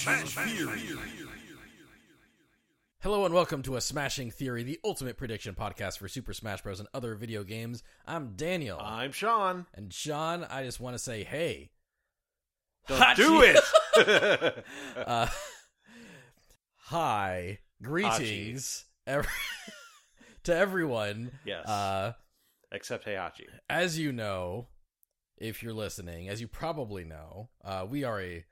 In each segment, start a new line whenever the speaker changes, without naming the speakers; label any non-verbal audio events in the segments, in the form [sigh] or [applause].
Theory.
Hello and welcome to A Smashing Theory, the ultimate prediction podcast for Super Smash Bros. and other video games. I'm Daniel.
I'm Sean.
and Sean, I just want to say, hey.
Don't
Hachi-
do it. [laughs]
Uh, [laughs] hi. Greetings ev- [laughs] to everyone.
yes.
Uh,
Except Heihachi.
as you know, if you're listening, as you probably know, uh, we are a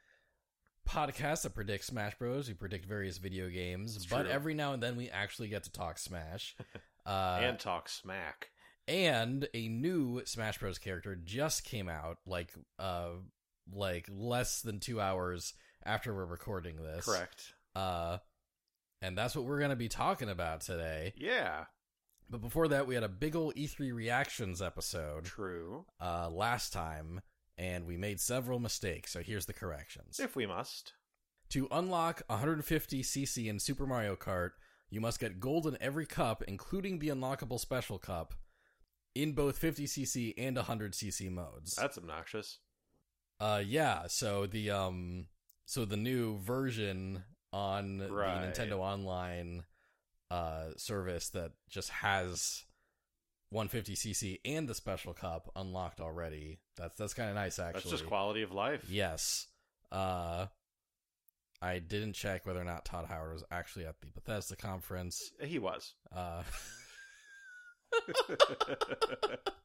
podcast that predicts Smash Bros. We predict various video games,
It's
but
true.
every now and then we actually get to talk
[laughs]
Smash. Uh,
and talk smack.
and a new Smash Bros character just came out like uh like less than 2 hours after we're recording this.
Correct.
Uh and that's what we're going to be talking about today.
Yeah.
But before that, we had a big ol' E3 reactions episode
True.
uh last time and we made several mistakes. So here's the corrections.
If we must.
To unlock 150 CC in Super Mario Kart, you must get gold in every cup, including the unlockable special cup, in both 50 CC and 100 CC modes.
That's obnoxious.
Uh, yeah. So the um, so the new version on
Right.
the Nintendo Online uh service that just has 150 CC and the special cup unlocked already. That's that's kind of nice, actually.
That's just quality of life.
Yes. Uh I didn't check whether or not Todd Howard was actually at the Bethesda conference.
He was. [laughs]
Uh [laughs]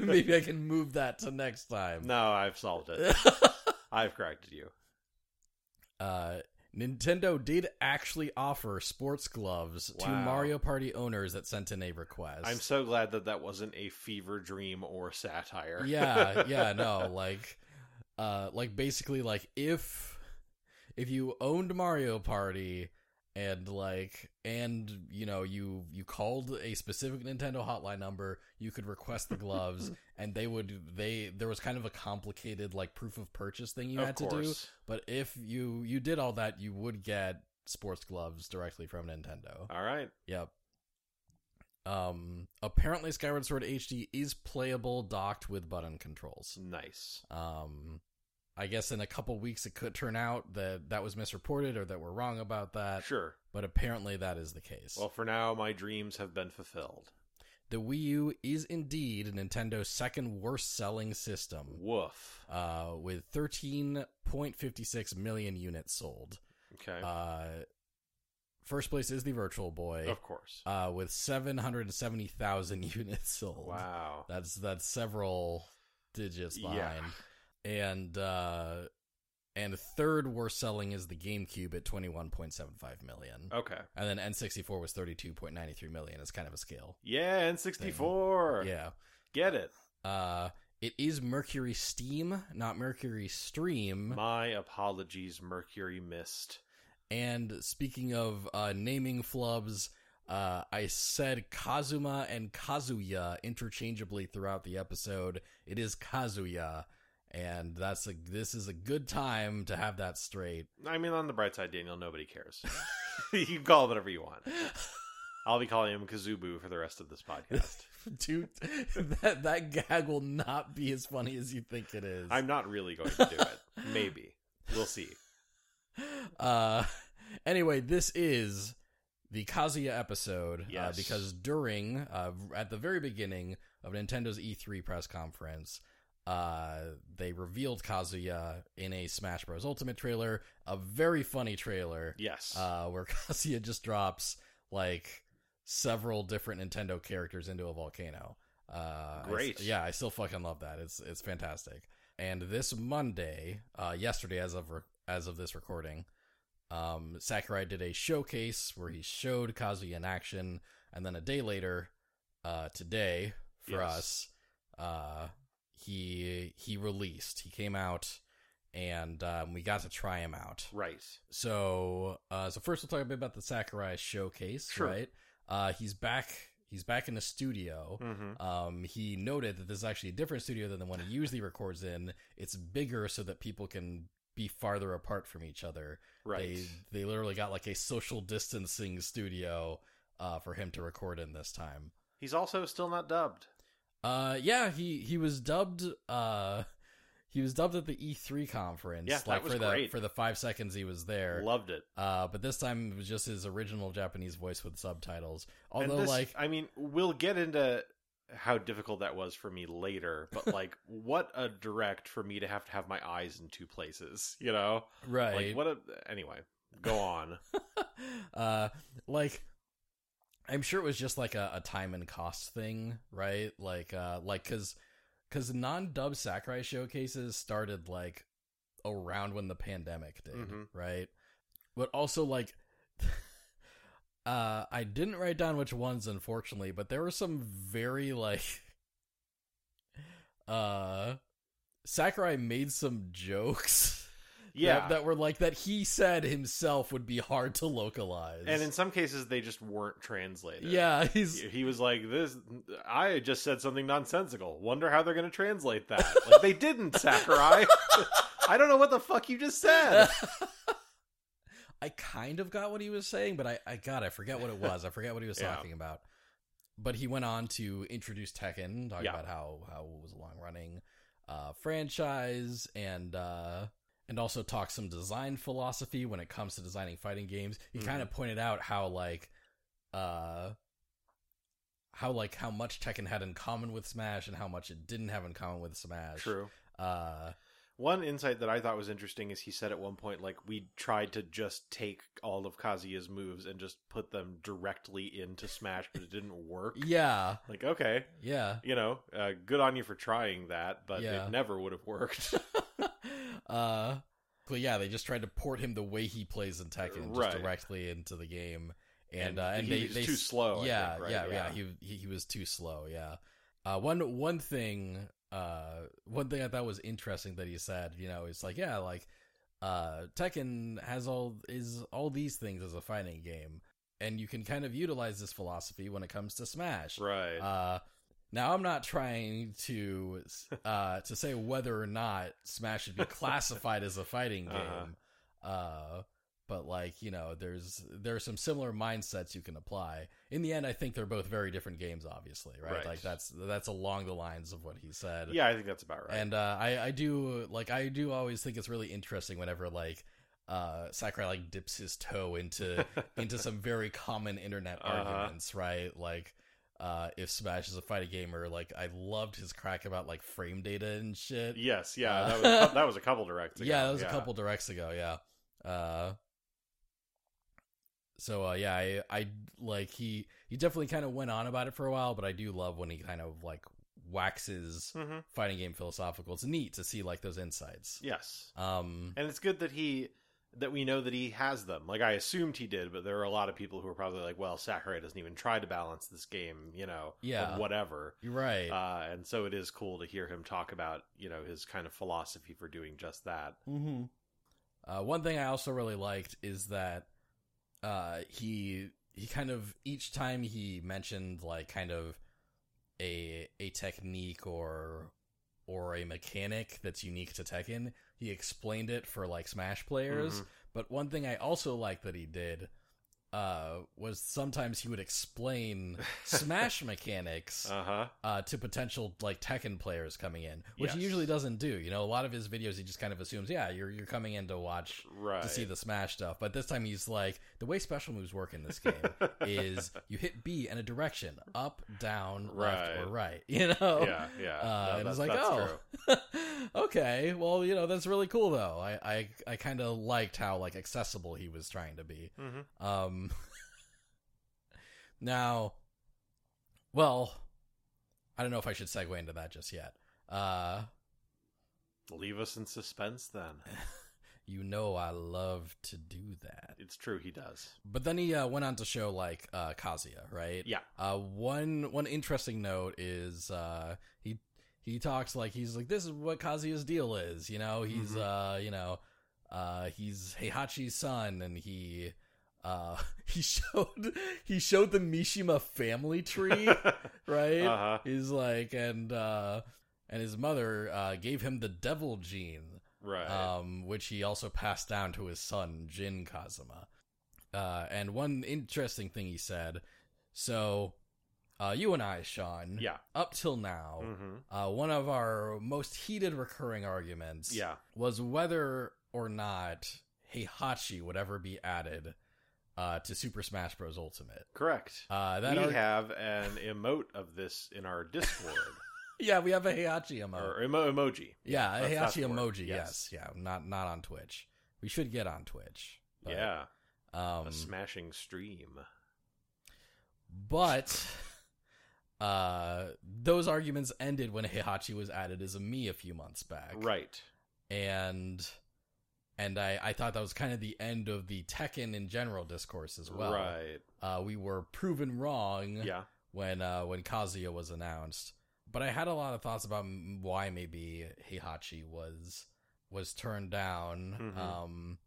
maybe I can move that to next time.
no, I've solved it. I've corrected you.
[laughs] uh Nintendo did actually offer sports gloves to
Wow.
Mario Party owners that sent in a request.
I'm so glad that that wasn't a fever dream or [laughs] satire.
yeah yeah
[laughs]
no like uh like basically like if if you owned mario party and like and you know you you called a specific nintendo hotline number you could request the
[laughs]
gloves and they would they there was kind of a complicated like proof of purchase thing you
of
had to do
course.
but if you you did all that you would get sports gloves directly from nintendo
All right.
Yep. Um apparently Skyward Sword HD is playable docked with button controls.
Nice.
Um I guess in a couple weeks it could turn out that that was misreported or that we're wrong about that,
Sure.
but apparently that is the case.
Well, for now, my dreams have been fulfilled.
the Wii U is indeed Nintendo's second worst selling system.
Woof.
Uh, with 13.56 million units sold.
Okay.
Uh, first place is the Virtual Boy,
of course.
uh, with 770,000 [laughs] units sold.
Wow.
That's that's several digits
Yeah.
behind. And uh and third worst selling is the GameCube at 21.75 million.
Okay.
And then N64 was 32.93 million. It's kind of a scale.
Yeah, N64.
Yeah. [laughs]
Get it.
Uh it is Mercury Steam, not Mercury Stream.
My apologies, Mercury Mist.
and speaking of uh naming flubs, uh, I said Kazuma and Kazuya interchangeably throughout the episode. It is Kazuya, and that's a this is a good time to have that straight.
I mean, on the bright side, Daniel,
[laughs]
nobody cares. [laughs] you can call it whatever you want. I'll be calling him Kazubu for the rest of this
[laughs]
podcast.
Dude, that that gag will not be as funny as you think it is.
I'm not really going to do it. Maybe. We'll see.
[laughs] Uh, anyway, this is the Kazuya episode uh,
Yes.
because during uh, at the very beginning of Nintendo's E3 press conference, uh, they revealed Kazuya in a Smash Bros. Ultimate trailer, a very funny trailer
Yes.
uh, where [laughs] Kazuya just drops like several different Nintendo characters into a volcano. Uh, I s-
Great.
yeah, I still fucking love that. It's it's fantastic. And this Monday, uh, yesterday, as of re- as of this recording, um, Sakurai did a showcase where he showed Kazuya in action, and then a day later, uh, today for
Yes.
us, uh, he he released. He came out, and um, we got to try him out.
right.
So, uh, so first we'll talk a bit about the Sakurai showcase,
Sure.
right? Uh, he's back. He's back in the studio.
hmm
Um, he noted that this is actually a different studio than the one he usually records in. It's bigger so that people can be farther apart from each other.
Right.
They they literally got like a social distancing studio uh, for him to record in this time.
He's also still not dubbed.
Uh, yeah, he he was dubbed. Uh, He was dubbed at the E3 conference,
Yeah, that
like
was
for the
great.
for the five seconds he was there.
Loved it.
Uh, but this time it was just his original Japanese voice with subtitles.
And
Although,
this-
like,
I mean, we'll get into how difficult that was for me later,
[laughs]
but like, what a direct for me to have to have my eyes in two places, you know?
right?
Like, what a. Anyway,
[laughs]
go on.
uh, like, I'm sure it was just like a, a time and cost thing, right? Like, uh, like because because non dub Sakurai showcases started like around when the pandemic did,
Mhm.
right? But also like. [laughs] Uh, I didn't write down which ones, unfortunately, but there were some very like, [laughs] uh, Sakurai made some jokes. [laughs]
yeah.
that, that were like that he said himself would be hard to localize.
and in some cases, they just weren't translated.
yeah, he's
He he was like, "This, I just said something nonsensical. Wonder how they're going to translate that." Like
[laughs]
they didn't, Sakurai. [laughs] I don't know what the fuck you just said.
I kind of got what he was saying, but I, I God, I forget what it was. I forget what he was
[laughs] Yeah.
talking about. But he went on to introduce Tekken, talking
Yeah.
about how how it was a long running uh, franchise and uh, and also talk some design philosophy when it comes to designing fighting games. He
Mhm.
kind of pointed out how like uh how like how much Tekken had in common with Smash and how much it didn't have in common with Smash.
True.
Uh,
One insight that I thought was interesting is he said at one point, like, we tried to just take all of Kazuya's moves and just put them directly into Smash, but it didn't work.
yeah,
Like, okay,
yeah.
you know, uh, good on you for trying that, but
Yeah.
it never would
[laughs]
have worked.
uh, but yeah, they just tried to port him the way he plays in Tekken, just
Right.
directly into the game, and uh, and
he
they,
was
they
too slow. I
yeah,
think, right?
yeah, yeah, He, he he was too slow. Yeah. Uh, one one thing, uh, one thing I thought was interesting that he said, you know, it's like, yeah, like, uh, Tekken has all is all these things as a fighting game, and you can kind of utilize this philosophy when it comes to Smash.
Right.
Uh, now I'm not trying to uh, to say whether or not Smash
[laughs]
should be classified as a fighting
Uh-huh.
game, uh but like you know, there's there are some similar mindsets you can apply. In the end, I think they're both very different games, obviously, right?
Right.
Like that's that's along the lines of what he said.
yeah, I think that's about right. [laughs]
And uh, I I do like I do always think it's really interesting whenever like uh, Sakurai like dips his toe into into some very common internet
[laughs] Uh-huh.
arguments, right? Like uh, if Smash is a fighting game, or like I loved his crack about like frame data and shit.
Yes, yeah,
Uh,
that, was, that was
[laughs]
a couple directs. Ago.
yeah, that was a couple directs ago. Yeah. Uh, so uh, yeah, I, I like he he definitely kind of went on about it for a while, but I do love when he kind of like waxes
Mhm.
fighting game philosophical. It's neat to see like those insights.
Yes,
Um,
and it's good that he that we know that he has them. Like I assumed he did, but there are a lot of people who are probably like, "Well, Sakurai doesn't even try to balance this game," you know, or
Yeah.
whatever.
you're right.
Uh, and so it is cool to hear him talk about you know his kind of philosophy for doing just that.
Mm-hmm. Uh, one thing I also really liked is that uh, he he kind of each time he mentioned like kind of a a technique or or a mechanic that's unique to Tekken, he explained it for like Smash players.
Mhm.
But one thing I also liked that he did uh, was sometimes he would explain Smash mechanics
Uh huh.
uh, to potential like Tekken players coming in, which he
Yes.
usually doesn't do. You know, a lot of his videos he just kind of assumes, yeah, you're you're coming in to watch
Uh-huh. Right.
to see the Smash stuff. But this time he's like, the way special moves work in this game
[laughs]
is you hit B in a direction, up, down, left, or right. [laughs] You know,
yeah, yeah.
Uh,
No,
and
that-
it's like,
that's
oh,
true.
[laughs] okay. Well, you know, that's really cool though. I I, I kind of liked how like accessible he was trying to be.
Mhm.
Um, [laughs] now, well, I don't know if I should segue into that just yet. Uh, [laughs]
leave us in suspense. Then
you know, I love to do that.
it's true he does.
But then he uh, went on to show like uh, Kazuya, right?
Yeah.
Uh, one one interesting note is uh, he he talks like he's like this is what Kazuya's deal is, you know. He's
Mm-hmm.
uh, you know, uh, he's Heihachi's son, and he uh, [laughs] he showed he showed the Mishima family
[laughs]
tree, right?
Uh-huh.
He's like, and uh, and his mother uh, gave him the devil gene,
Right.
um, which he also passed down to his son Jin Kazuma. Uh, and one interesting thing he said, so uh, you and I, Sean,
Yeah.
up till now,
Mm-hmm.
uh, one of our most heated recurring arguments
Yeah.
was whether or not Heihachi would ever be added uh, to Super Smash Bros. Ultimate.
Correct.
Uh, that
we
arg-
have an emote of this in our Discord
yeah, we have a Heihachi emoji.
or emo- emoji.
yeah, a
that's- that's
Heihachi
the word,
emoji. Yes.
yes.
yeah, not not on Twitch. We should get on Twitch. but,
yeah,
um,
a smashing stream.
but uh, those arguments ended when Heihachi was added as a me a few months back,
Right.
and and I, I thought that was kind of the end of the Tekken in general discourse as well.
right.
Uh, we were proven wrong
Yeah.
when uh, when Kazuya was announced, but I had a lot of thoughts about m- why maybe Heihachi was was turned down.
Mhm.
Um,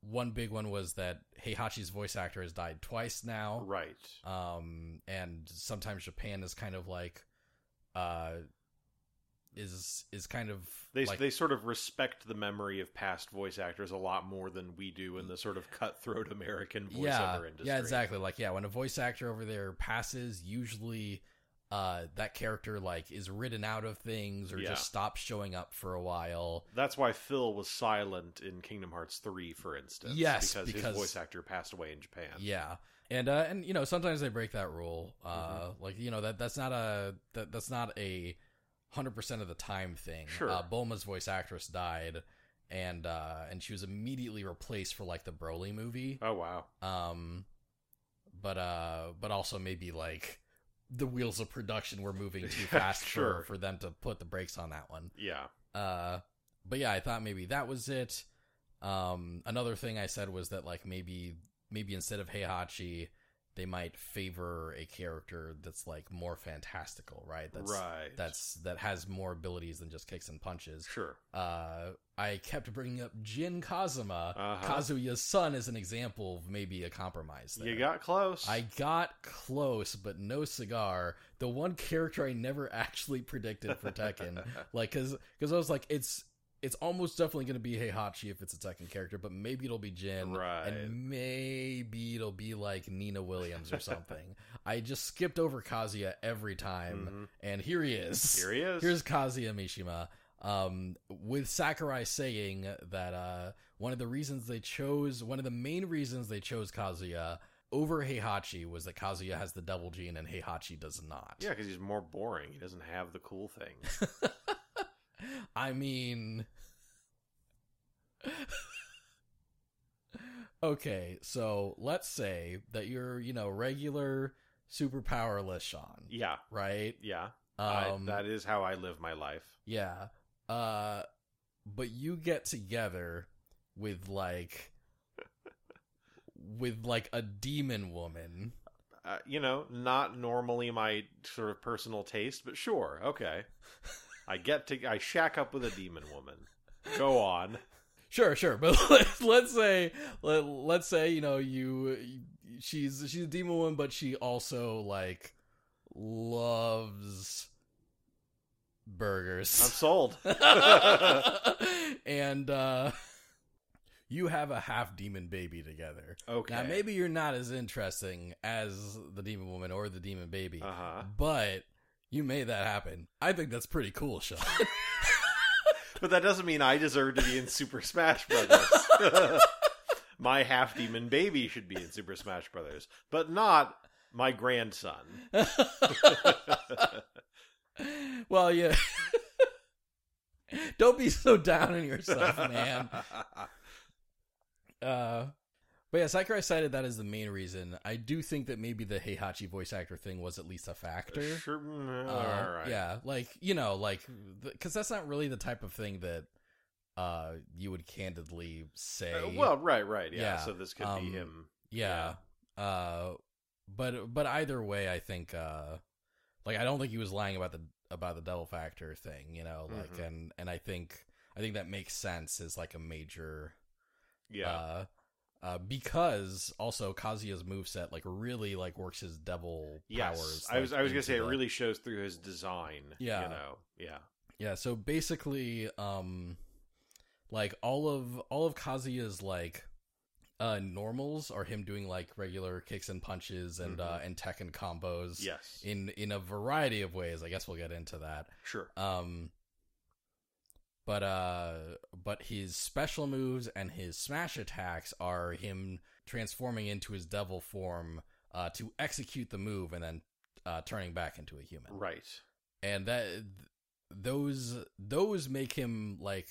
one big one was that Heihachi's voice actor has died twice now,
Right.
um, and sometimes Japan is kind of like, uh, is is kind of
They
like,
they sort of respect the memory of past voice actors a lot more than we do in the sort of cutthroat American voiceover
yeah,
industry.
yeah, exactly. Like, yeah, when a voice actor over there passes, usually uh, that character like is ridden out of things or
Yeah.
just stops showing up for a while.
That's why Phil was silent in Kingdom Hearts 3, for instance.
Yes,
because,
because-
his voice actor passed away in Japan.
Yeah, and uh, and you know sometimes they break that rule. Uh,
Mm-hmm.
Like you know that that's not a that, that's not a hundred percent of the time thing.
Sure.
Uh, Bulma's voice actress died, and uh, and she was immediately replaced for like the Broly movie.
Oh, wow.
Um, but uh, but also maybe like the wheels of production were moving
[laughs]
too
Yeah,
fast
sure.
for for them to put the brakes on that one.
Yeah.
Uh, but yeah, I thought maybe that was it. Um, another thing I said was that like maybe maybe instead of Heihachi, they might favor a character that's like more fantastical, right? That's
right.
that's that has more abilities than just kicks and punches.
Sure.
Uh, I kept bringing up Jin Kazama,
Uh-huh.
Kazuya's son, as an example of maybe a compromise. There.
You got close. [laughs]
I got close, but no cigar. The one character I never [laughs] actually predicted for Tekken, like because because I was like, it's it's almost definitely going to be Heihachi if it's a Tekken character, but maybe it'll be Jin,
Right.
and maybe it'll be like Nina Williams or something. I just skipped over Kazuya every time,
Mhm.
and here he is.
Here he is.
Here's Kazuya Mishima. Um, with Sakurai saying that uh, one of the reasons they chose, one of the main reasons they chose Kazuya over Heihachi was that Kazuya has the double gene and Heihachi does not.
Yeah, because he's more boring. He doesn't have the cool thing.
I mean. okay, so let's say that you're, you know, regular super powerless Sean,
yeah,
right?
yeah. I-
Um,
that is how I live my life.
Yeah. Uh but you get together with like with like a demon woman.
Uh, you know, not normally my sort of personal taste, but sure,
[laughs]
okay. I get to I shack up with a demon woman. Go on.
Sure, sure. But [laughs] let's, let's say let, let's say, you know, you she's she's a demon woman but she also like loves burgers.
I'm sold.
[laughs]
[laughs]
and uh you have a half demon baby together.
Okay.
Now maybe you're not as interesting as the demon woman or the demon baby,
Uh huh.
but you made that happen. I think that's pretty cool, Sean. [laughs]
But that doesn't mean I deserve to be in Super Smash Brothers. [laughs] my half demon baby should be in Super Smash Brothers, but not
[laughs]
my grandson.
well, yeah. [laughs] Don't be so down on yourself,
[laughs]
man. Uh, but yeah, Sakurai cited that as the main reason. I do think that maybe the Heihachi voice actor thing was at least a factor.
Sure. mm,
Uh,
all right.
Yeah, like you know, like because that's not really the type of thing that uh you would candidly say.
Uh, well, right, right. Yeah.
Yeah,
So this could
um,
be him.
yeah. Uh, but but either way, I think uh, like I don't think he was lying about the about the devil factor thing, you know, like
Mhm.
and and I think I think that makes sense as like a major
Yeah.
uh, uh, because also Kazuya's moveset like really like works his devil powers.
yes. I was
like,
I was gonna
into
say it
the-
really shows through his design.
Yeah.
You know. Yeah.
Yeah, so basically, um like all of all of Kazuya's like uh, normals are him doing like regular kicks and punches and
Mhm.
uh, and tech and combos
Yes.
in in a variety of ways. I guess we'll get into that.
Sure.
Um, but uh, but his special moves and his smash attacks are him transforming into his devil form uh, to execute the move and then uh, turning back into a human.
Right.
And that th- those those make him like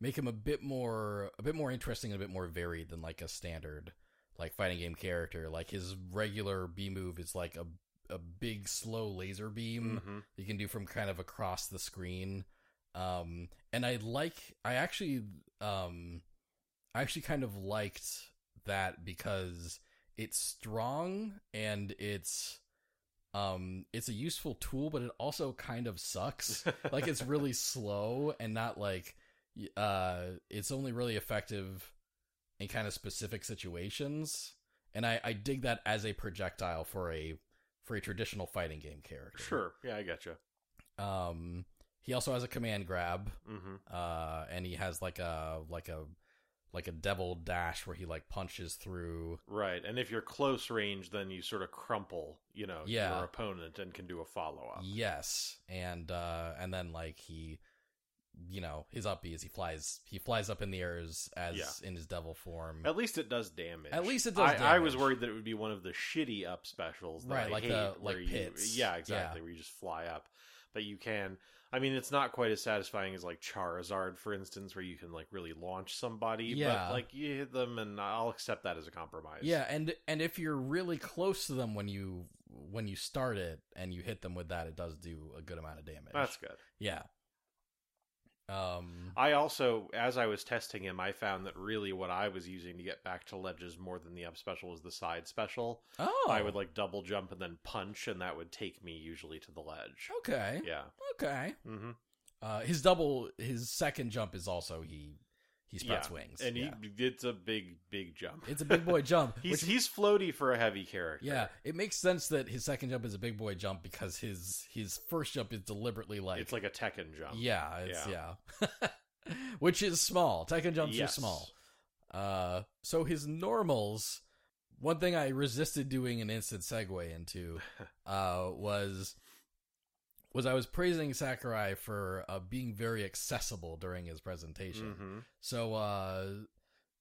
make him a bit more a bit more interesting and a bit more varied than like a standard like fighting game character. Like his regular B move is like a a big slow laser beam
hmm
you can do from kind of across the screen. Um, and I like, I actually, um, I actually kind of liked that because it's strong and it's, um, it's a useful tool, but it also kind of
[laughs]
sucks. like it's really slow and not like, y- uh, it's only really effective in kind of specific situations. And I, I dig that as a projectile for a, for a traditional fighting game character.
Sure. Yeah, I gotcha.
Um, he also has a command grab,
Mm-hmm.
uh, and he has like a like a like a devil dash where he like punches through.
Right. And if you're close range, then you sort of crumple, you know,
Yeah.
your opponent and can do a follow up.
Yes, and uh, and then like he, you know, his up B is he flies he flies up in the airs as
Yeah.
in his devil form.
At least it does damage.
At least it does
I, I was
damage.
worried that it would be one of the shitty up specials, that
Right,
I
like
hate,
the-
where
like
you-
pits.
yeah,
Yeah.
exactly. Where you just fly up, but you can. I mean, it's not quite as satisfying as like Charizard, for instance, where you can like really launch somebody.
Yeah.
but like you hit them, and I'll accept that as a compromise.
Yeah, and and if you're really close to them when you when you start it and you hit them with that, it does do a good amount of damage.
that's good.
yeah. Um.
I also, as I was testing him, I found that really what I was using to get back to ledges more than the up special was the side special.
Oh,
I would like double jump and then punch, and that would take me usually to the ledge.
Okay.
Yeah.
Okay.
Mm-hmm.
Uh, his double, his second jump is also he he spreads
Yeah,
wings,
and
Yeah.
he, it's a big, big jump.
it's a big boy jump.
[laughs] he's
which-
he's floaty for a heavy character.
yeah, it makes sense that his second jump is a big boy jump because his his first jump is deliberately like
it's like a Tekken jump.
yeah, it's, yeah, [laughs] which is small. Tekken jumps
Yes.
are small. Uh, so his normals. One thing I resisted doing an instant segue
[laughs]
into uh, was was I was praising Sakurai for uh, being very accessible during his presentation.
Mhm.
So, uh,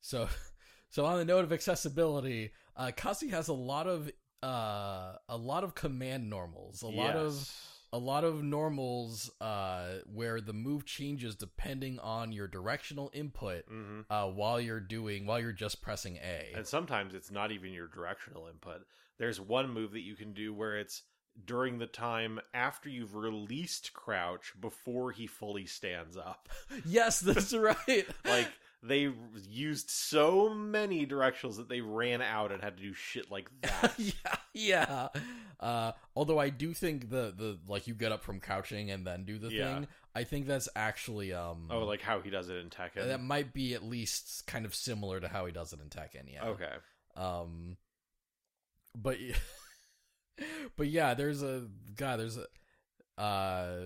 so, [laughs] so on the note of accessibility, uh, Kasi has a lot of, uh, a lot of command normals, a lot of,
Yes.
a lot of normals, uh, where the move changes depending on your directional input,
Mhm.
uh, while you're doing, while you're just pressing A.
And sometimes it's not even your directional input. There's one move that you can do where it's during the time after you've released crouch before he fully
[laughs]
stands up.
yes, that's [laughs] right.
like they used so many directionals that they ran out and had to do shit like
[laughs]
that.
yeah, yeah. Uh, although I do think the the like you get up from couching and then do the
Yeah.
thing. I think that's actually um
oh, like how he does it in Tekken.
that might be at least kind of similar to how he does it in Tekken. Yeah.
Okay.
Um, but [laughs] but yeah, there's a god. There's a uh,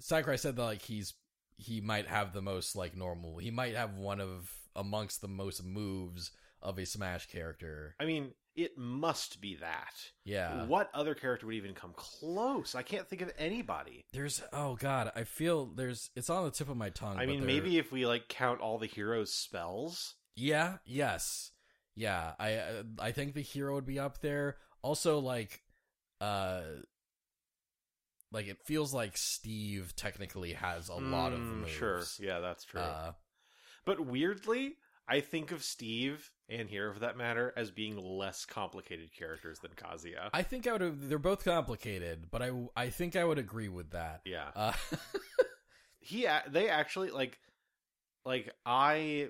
Sakurai said that like he's he might have the most like normal. He might have one of amongst the most moves of a Smash character.
I mean, it must be that.
Yeah.
What other character would even come close? I can't think of anybody.
There's oh god, I feel there's it's on the tip of my tongue.
I
but
mean,
there-
maybe if we like count all the heroes' spells.
yeah, yes, yeah. I uh, I think the hero would be up there. Also, like, uh, like it feels like Steve technically has a lot of
Mm,
moves.
Sure. Yeah, that's true.
Uh,
but weirdly, I think of Steve and Hero for that matter as being less complicated characters than Kazuya.
I think I would. have They're both complicated, but I I think I would agree with that.
yeah.
Uh, [laughs]
[laughs] he a- they actually like like i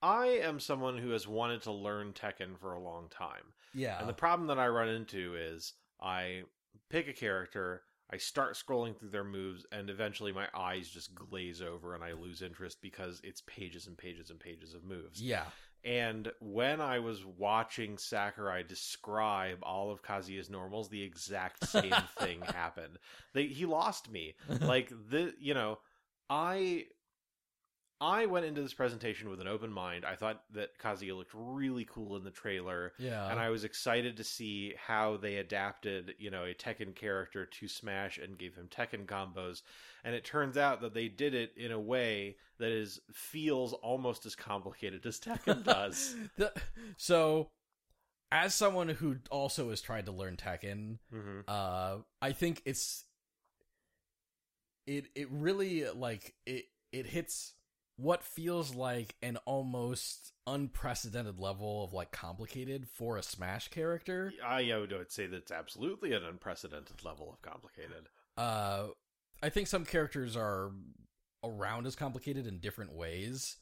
i am someone who has wanted to learn tekken for a long time
yeah.
and the problem that i run into is i pick a character i start scrolling through their moves and eventually my eyes just glaze over and i lose interest because it's pages and pages and pages of
[laughs]
moves
yeah.
and when i was watching sakurai describe all of kazuya's normals the exact same thing happened they, he lost me like the you know i I went into this presentation with an open mind. I thought that Kazuya looked really cool in the trailer,
Yeah. [laughs]
and I was excited to see how they adapted, you know, a Tekken character to Smash and gave him Tekken combos. And it turns out that they did it in a way that is feels almost as complicated
[laughs]
as Tekken does.
The- so, as someone who also has tried to learn Tekken,
hmm
uh, I think it's it it really like it it hits what feels like an almost unprecedented level of like complicated for a Smash character.
I, I would I would say that's absolutely an unprecedented level of complicated.
Uh, I think some characters are around as complicated in different ways.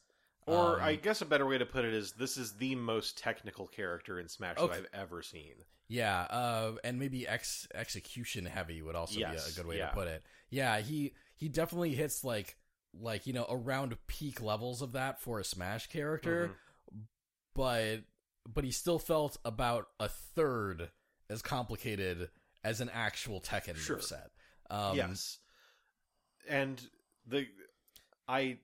Or
Um,
I guess a better way to put it is this is the most technical character in Smash
Okay.
that I've ever seen.
Yeah, uh, and maybe ex- execution heavy would also
Yes,
be a good way
yeah.
to put it. Yeah, he he definitely hits like like you know around peak levels of that for a Smash
Mm-hmm.
character, but but he still felt about a third as complicated as an actual Tekken
Sure.
set. Um,
yes. And the I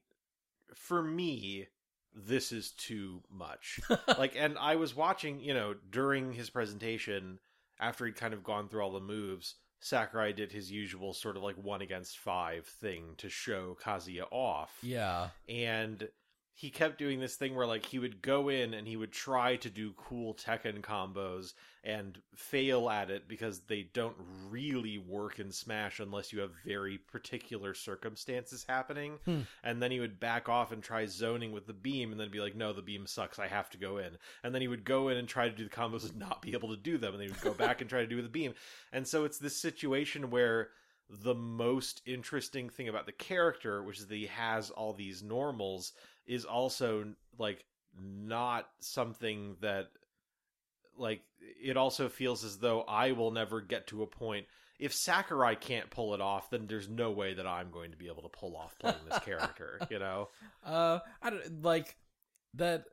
for me this is too
[laughs]
much. like and I was watching, you know, during his presentation after he'd kind of gone through all the moves, Sakurai did his usual sort of like one against 5 thing to show Kazuya off.
yeah,
and he kept doing this thing where like he would go in and he would try to do cool Tekken combos and fail at it because they don't really work in Smash unless you have very particular circumstances happening.
Hmm.
And then he would back off and try zoning with the beam and then be like, no, the beam sucks. I have to go in. And then he would go in and try to do the combos and not be able to do them. And then he would go back and try to do the beam. And so it's this situation where the most interesting thing about the character, which is that he has all these normals, is also like not something that like it also feels as though I will never get to a point. If Sakurai can't pull it off, then there's no way that I'm going to be able to pull off playing
[laughs]
this character, you know?
uh, I don't like that.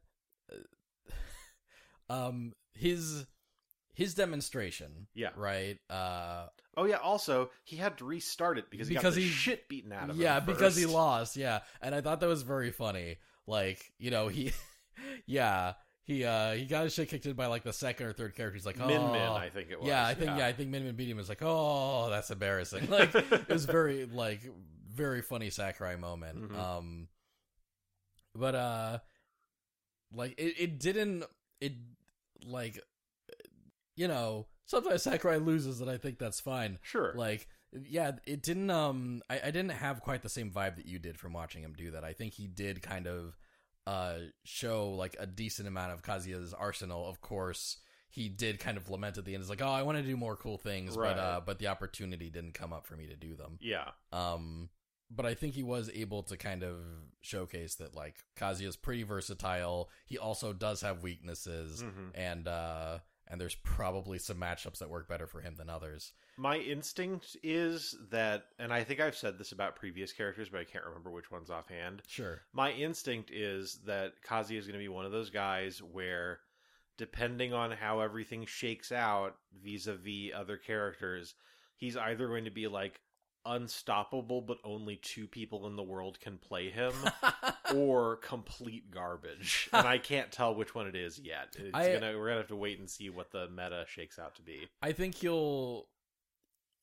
uh, [laughs] um, his his demonstration,
Yeah.
right? Uh.
Oh yeah, also he had to restart it because he
Because
got the
he-
shit beaten out of him.
yeah because he
first.
lost yeah and i thought that was very funny like you know he [laughs] yeah he uh he got his shit kicked in by like the second or third character he's like oh
Min Min, I think it was.
yeah i think yeah. i think min min beat him It was like oh that's embarrassing [laughs] like it was very like very funny sakurai moment
Mhm.
um but uh like it, it didn't it like you know sometimes sakurai loses and i think that's fine
[laughs] Sure.
like yeah it didn't um I, I didn't have quite the same vibe that you did from watching him do that i think he did kind of uh show like a decent amount of kazuya's arsenal of course he did kind of lament at the end it's like oh i want to do more cool things
Right.
but uh but the opportunity didn't come up for me to do them
yeah.
um but i think he was able to kind of showcase that like kazuya's pretty versatile he also does have weaknesses
Mhm.
and uh and there's probably some matchups that work better for him than others
My instinct is that, and I think I've said this about previous characters, but I can't remember which ones offhand.
[laughs] sure
My instinct is that Kazuya is going to be one of those guys where, depending on how everything shakes out vis a vis other characters, he's either going to be like unstoppable, but only two people in the world can play him, or complete garbage. And I can't tell which one it is yet. It's
I-
gonna, we're going to have to wait and see what the meta shakes out to be.
I think he'll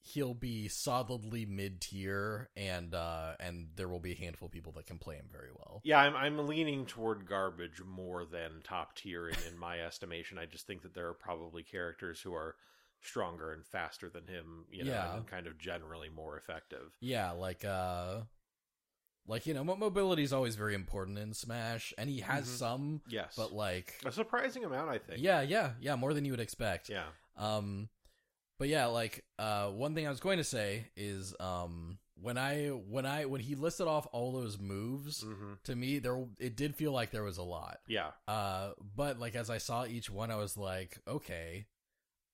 he'll be solidly mid tier, and uh, and there will be a handful of people that can play him very well.
Yeah, I'm I'm leaning toward garbage more than top tier in, in my estimation. I just think that there are probably characters who are stronger and faster than him, you know,
Yeah.
and kind of generally more effective.
Yeah, like uh, like you know, mo- mobility is always very important in Smash, and he has
Mhm.
some,
Yes.
but like,
a surprising amount, I think.
yeah, yeah, yeah, more than you would expect.
Yeah.
Um, but yeah, like uh, one thing I was going to say is um, when I when I when he listed off all those moves.
hmm
To me, there it did feel like there was a lot.
Yeah.
Uh, but like as I saw each one, I was like, okay,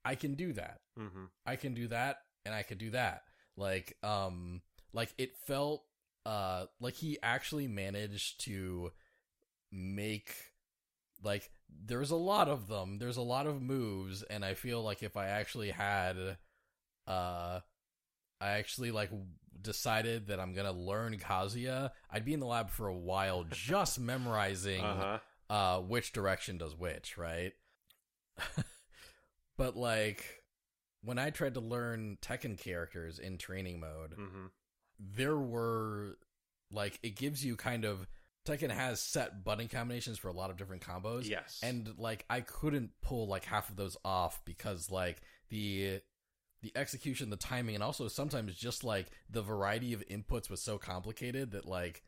I can do that.
hmm
I can do that, and I could do that. Like, um, like it felt, uh, like he actually managed to make, like, there's a lot of them. There's a lot of moves, and I feel like if I actually had, uh, I actually like w- decided that I'm gonna learn Kazuya. I'd be in the lab for a while just memorizing
Uh huh.
uh, which direction does which, right? [laughs] but like when I tried to learn Tekken characters in training mode,
Mm-hmm.
there were like it gives you kind of Tekken has set button combinations for a lot of different combos.
Yes.
And like I couldn't pull like half of those off because like the the execution, the timing, and also sometimes just like the variety of inputs was so complicated that like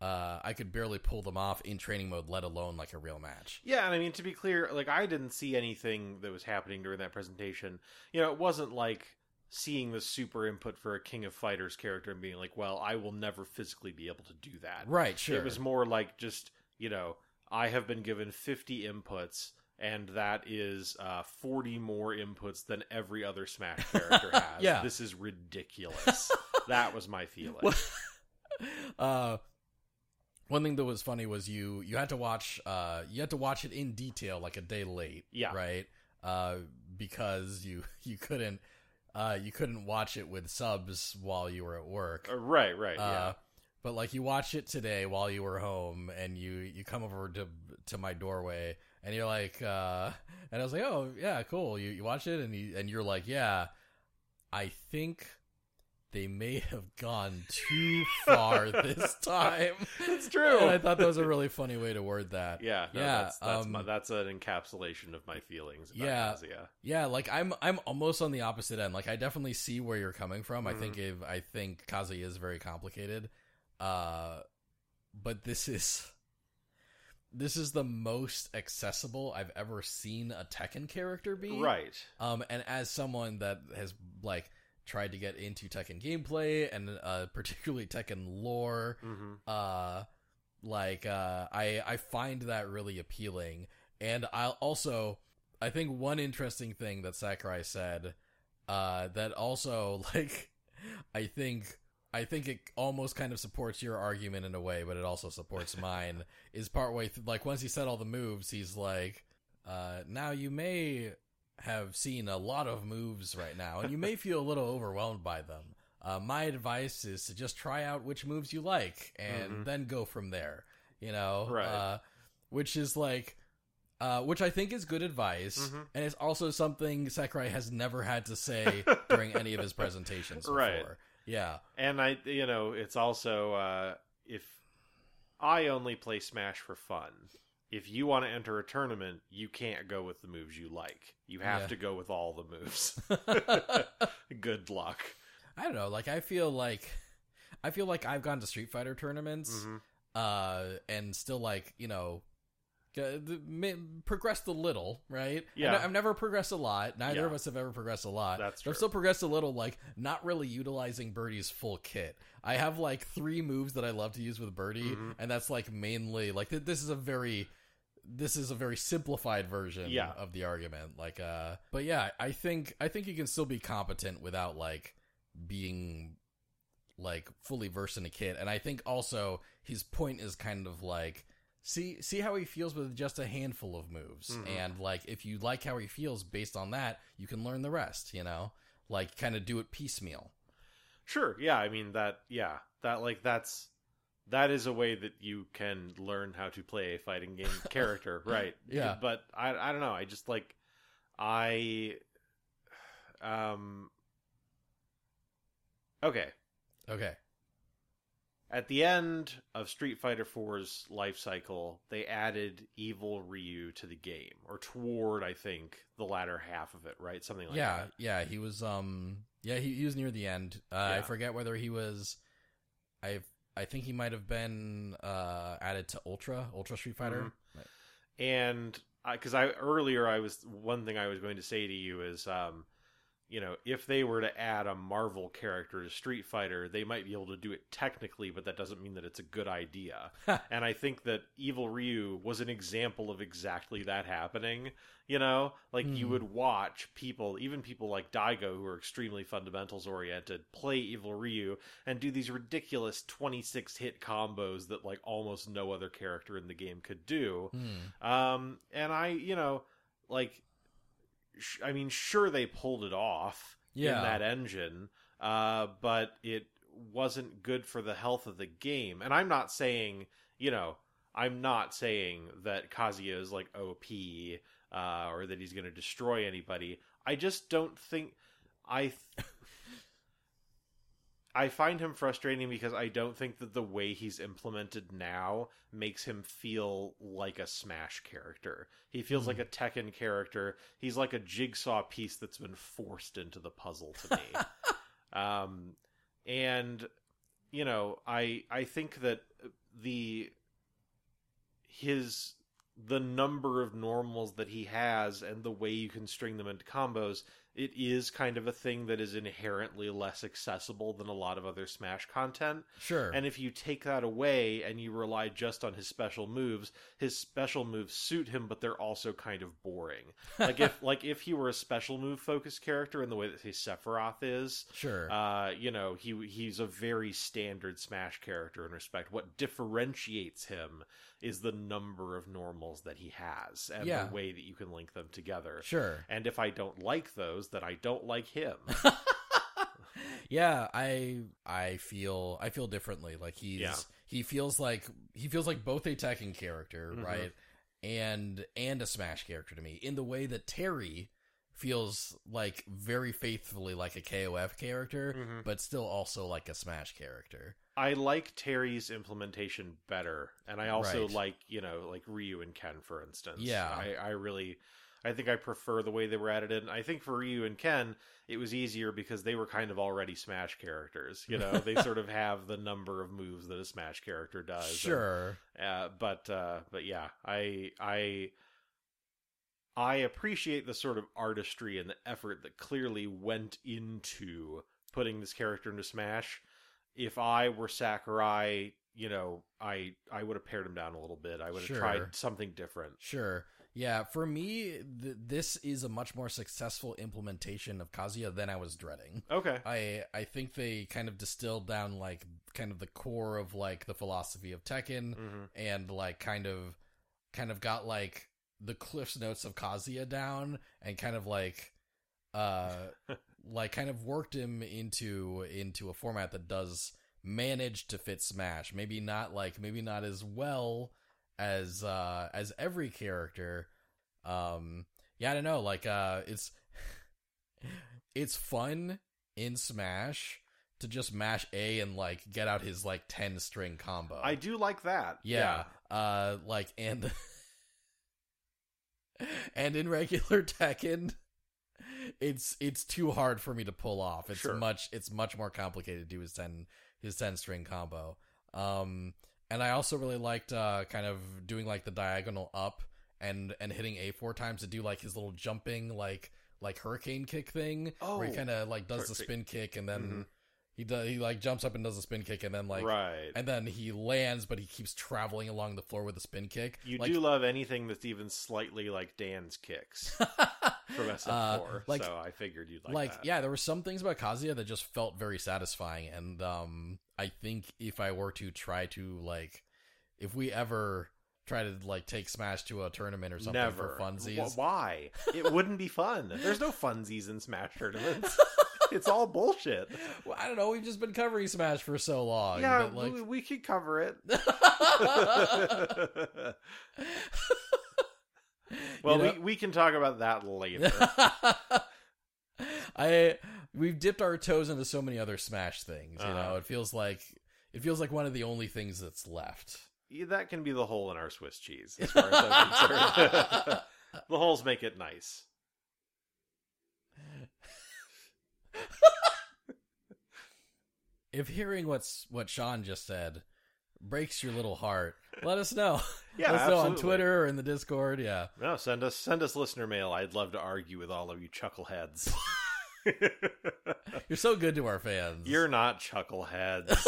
uh I could barely pull them off in training mode, let alone like a real match.
Yeah, and I mean to be clear, like I didn't see anything that was happening during that presentation. You know, it wasn't like seeing the super input for a King of Fighters character and being like, "Well, I will never physically be able to do that."
Right, sure.
It was more like just, you know, I have been given 50 inputs and that is uh, 40 more inputs than every
[laughs]
other Smash character has.
Yeah.
This
[laughs]
is ridiculous. that was my feeling.
Well- [laughs] uh one thing that was funny was you you had to watch uh you had to watch it in detail like a day late
Yeah.
right uh because you [laughs] you couldn't uh you couldn't watch it with subs while you were at work
Uh, right, right.
uh, but like you watch it today while you were home and you you come over to to my doorway and you're like uh and I was like, "Oh, yeah, cool. You you watch it and you and you're like, "Yeah, I think they may [laughs] have gone too far
[laughs]
this time."
yeah. It's true.
And I thought that was a really funny way to word that.
Yeah, no,
Yeah,
That's that's,
um,
my, that's an encapsulation of my feelings. About
Yeah.
Kazuya.
Yeah, like I'm I'm almost on the opposite end. Like I definitely see where you're coming from. I think if I think Kazuya is very complicated. Uh but this is this is the most accessible I've ever seen a Tekken character be.
right.
Um and as someone that has like tried to get into Tekken gameplay and uh particularly Tekken lore,
hmm
uh like uh i i find that really appealing and i'll also i think one interesting thing that sakurai said uh that also [laughs] like i think i think it almost kind of supports your argument in a way but it also supports mine [laughs] is partway th- like once he said all the moves he's like uh now you may have seen a lot of moves right now and you may feel a little overwhelmed by them uh, my advice is to just try out which moves you like and
Mhm.
then go from there you know
Right.
uh, which is like uh, which i think is good advice
Mhm.
and it's also something sakurai has never had to say during any of his presentations before
Right.
yeah [laughs]
And I, you know, it's also uh, if I only play Smash for fun. If you want to enter a tournament, you can't go with the moves you like. You have
Yeah.
to go with all
[laughs]
the moves.
i
Good luck.
don't know like i feel like i feel like i've gone to street fighter tournaments
hmm
uh and still like you know g- the- ma- progressed a little right
Yeah.
I- i've never progressed a lot neither
Yeah.
of us have ever progressed a lot
That's
But
true.
i've still progressed a little like not really utilizing birdie's full kit i have like three moves that i love to use with birdie
Mhm.
and that's like mainly like th- this is a very this is a very simplified version
Yeah.
of the argument like uh but yeah i think i think you can still be competent without like being like fully versed in a kid and i think also his point is kind of like see see how he feels with just a handful of moves
Mhm.
and like if you like how he feels based on that you can learn the rest you know like kind of do it piecemeal
Sure. Yeah. I mean that. Yeah. That like that's that is a way that you can learn how to play a fighting
[laughs]
game character, right?
Yeah.
But I I don't know. I just like I um okay.
okay
At the end of Street Fighter IV's life cycle, they added Evil Ryu to the game, or toward, I think, the latter half of it, right? Something like
yeah
that.
yeah he was um yeah he, he was near the end uh, i
Yeah.
forget whether he was i i think he might have been uh added to ultra ultra street fighter
and because I, earlier I was one thing I was going to say to you is, um, you know, if they were to add a Marvel character to Street Fighter, they might be able to do it technically, but that doesn't mean that it's a good idea. and I think that Evil Ryu was an example of exactly that happening. You know, like you
Hmm.
would watch people, even people like Daigo, who are extremely fundamentals oriented, play Evil Ryu and do these ridiculous 26 hit combos that like almost no other character in the game
[laughs]
could do.
Hmm.
Um, and I, you know, like, sh- I mean, sure they pulled it off
Yeah.
in that engine, uh, but it wasn't good for the health of the game. And I'm not saying, you know, I'm not saying that Kazuya is like OP uh, or that he's going to destroy anybody. I just don't think I. Th- [laughs] I find him frustrating because I don't think that the way he's implemented now makes him feel like a Smash character. He feels
Mhm.
like a Tekken character. He's like a jigsaw piece that's been forced into the puzzle to me. um, and you know, I I think that the his the number of normals that he has and the way you can string them into combos it is kind of a thing that is inherently less accessible than a lot of other smash content
Sure.
and if you take that away and you rely just on his special moves his special moves suit him but they're also kind
[laughs]
of boring like if like if he were a special move focused character in the way that his sephiroth is
sure.
uh, you know, he he's a very standard Smash character in respect. What differentiates him is the number of normals that he has and
Yeah.
the way that you can link them together.
sure.
And if I don't like those, then I don't like
[laughs]
him.
yeah, I I feel I feel differently. Like he's
Yeah.
he feels like he feels like both a Tekken character,
Mhm.
right? And and a Smash character to me in the way that Terry feels like very faithfully like a KOF character,
Mhm.
but still also like a Smash character.
I like Terry's implementation better, and I also
Right.
like you know like Ryu and Ken, for instance.
Yeah.
I, I really, I think I prefer the way they were added in. I think for Ryu and Ken, it was easier because they were kind of already Smash characters. You know,
[laughs]
they sort of have the number of moves that a Smash character does. and
Sure.
uh, but uh, but yeah, I I I appreciate the sort of artistry and the effort that clearly went into putting this character into Smash. If I were Sakurai, you know, I I would have pared him down a little bit. I would have
Sure.
tried something different.
Sure. Yeah, for me th- this is a much more successful implementation of Kazuya than I was dreading.
Okay.
I I think they kind of distilled down like kind of the core of like the philosophy of Tekken
hmm
and like kind of kind of got like the cliffs notes of Kazuya down and kind of like uh like kind of worked him into into a format that does manage to fit Smash. Maybe not like maybe not as well as uh as every character. Um yeah, I don't know, like uh it's [laughs] it's fun in Smash to just mash A and like get out his like 10 string combo.
I do like that.
Uh, Yeah. Uh like and [laughs] and in regular Tekken it's it's too hard for me to pull off. It's
Sure.
much it's much more complicated to do his 10 his 10 string combo. Um and I also really liked uh kind of doing like the diagonal up and and hitting A four times to do like his little jumping like like hurricane kick thing where he
Oh,
kind of like does the
perfect.
spin kick and then
Mhm.
he does he like jumps up and does a spin kick and then like
right.
and then he lands, but he keeps traveling along the floor with a spin kick.
you
like, [laughs]
do love anything that's even slightly like Dan's kicks from SF4,
[laughs] Uh, like-
so I figured you'd like,
like,
that.
yeah, there were some things about Kazuya that just felt very satisfying, and um, I think if I were to try to like, if we ever try to like take Smash to a tournament or something
Never.
for funsies,
Wh- why? It wouldn't be fun. There's no funsies in Smash
[laughs]
tournaments. it's all bullshit.
well, I don't know. We've just been covering Smash for so long.
yeah,
but, Oh, like, [laughs]
we, [laughs] we could cover it. [laughs] well,
You know-
we, we can talk about that later.
[laughs] I we've dipped our toes into so many other Smash things. You
Uh-huh.
know, it feels like it feels like one of the only things that's left.
Yeah, that can be the hole in our Swiss cheese, as far as I'm concerned. [laughs] the holes make it nice.
[laughs] if hearing what's what Sean just said breaks your little heart, let us know.
[laughs] Yeah,
let us know on
absolutely.
Twitter or in the Discord. Yeah.
No, send us send us listener mail. I'd love to argue with all of
[laughs]
you chuckleheads. [laughs]
You're so good to our fans.
You're not chuckleheads.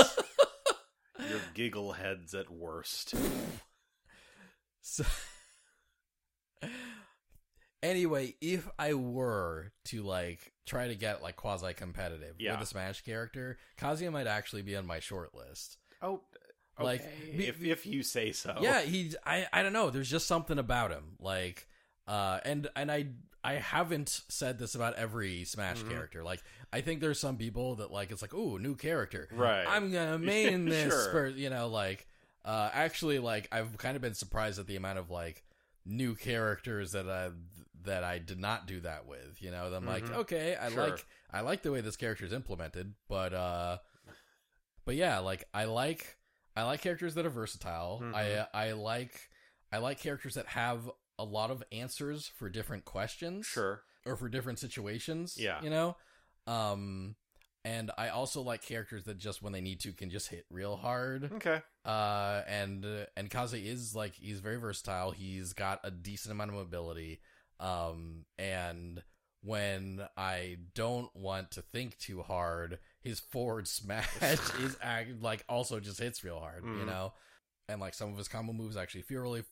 [laughs]
You're giggleheads at worst.
So- anyway, if I were to like try to get like quasi competitive
Yeah.
with a Smash character, Kazuya might actually be on my short list.
Oh,
Like, be-
if if you say so.
Yeah, he I I don't know. There's just something about him. Like uh and and I I haven't said this about every Smash
Mhm.
character. Like, I think there's some people that like it's like, ooh, new character.
Right.
I'm
[laughs]
gonna main this
Sure.
for you know, like uh actually like I've kind of been surprised at the amount of like new characters that I that I did not do that with. You know, that I'm like,
Mhm.
okay, I
Sure.
like I like the way this character is implemented, but uh but yeah, like I like I like characters that are versatile.
Mhm.
I I like I like characters that have a lot of answers for different questions
sure.
or for different situations.
Yeah.
You know? Um and I also like characters that just when they need to can just hit real hard.
Okay.
Uh and and Kaze is like he's very versatile. He's got a decent amount of mobility. Um and when I don't want to think too hard, his forward smash is act, like also just hits real hard, you
Mhm.
know. And like some of his combo moves actually feel really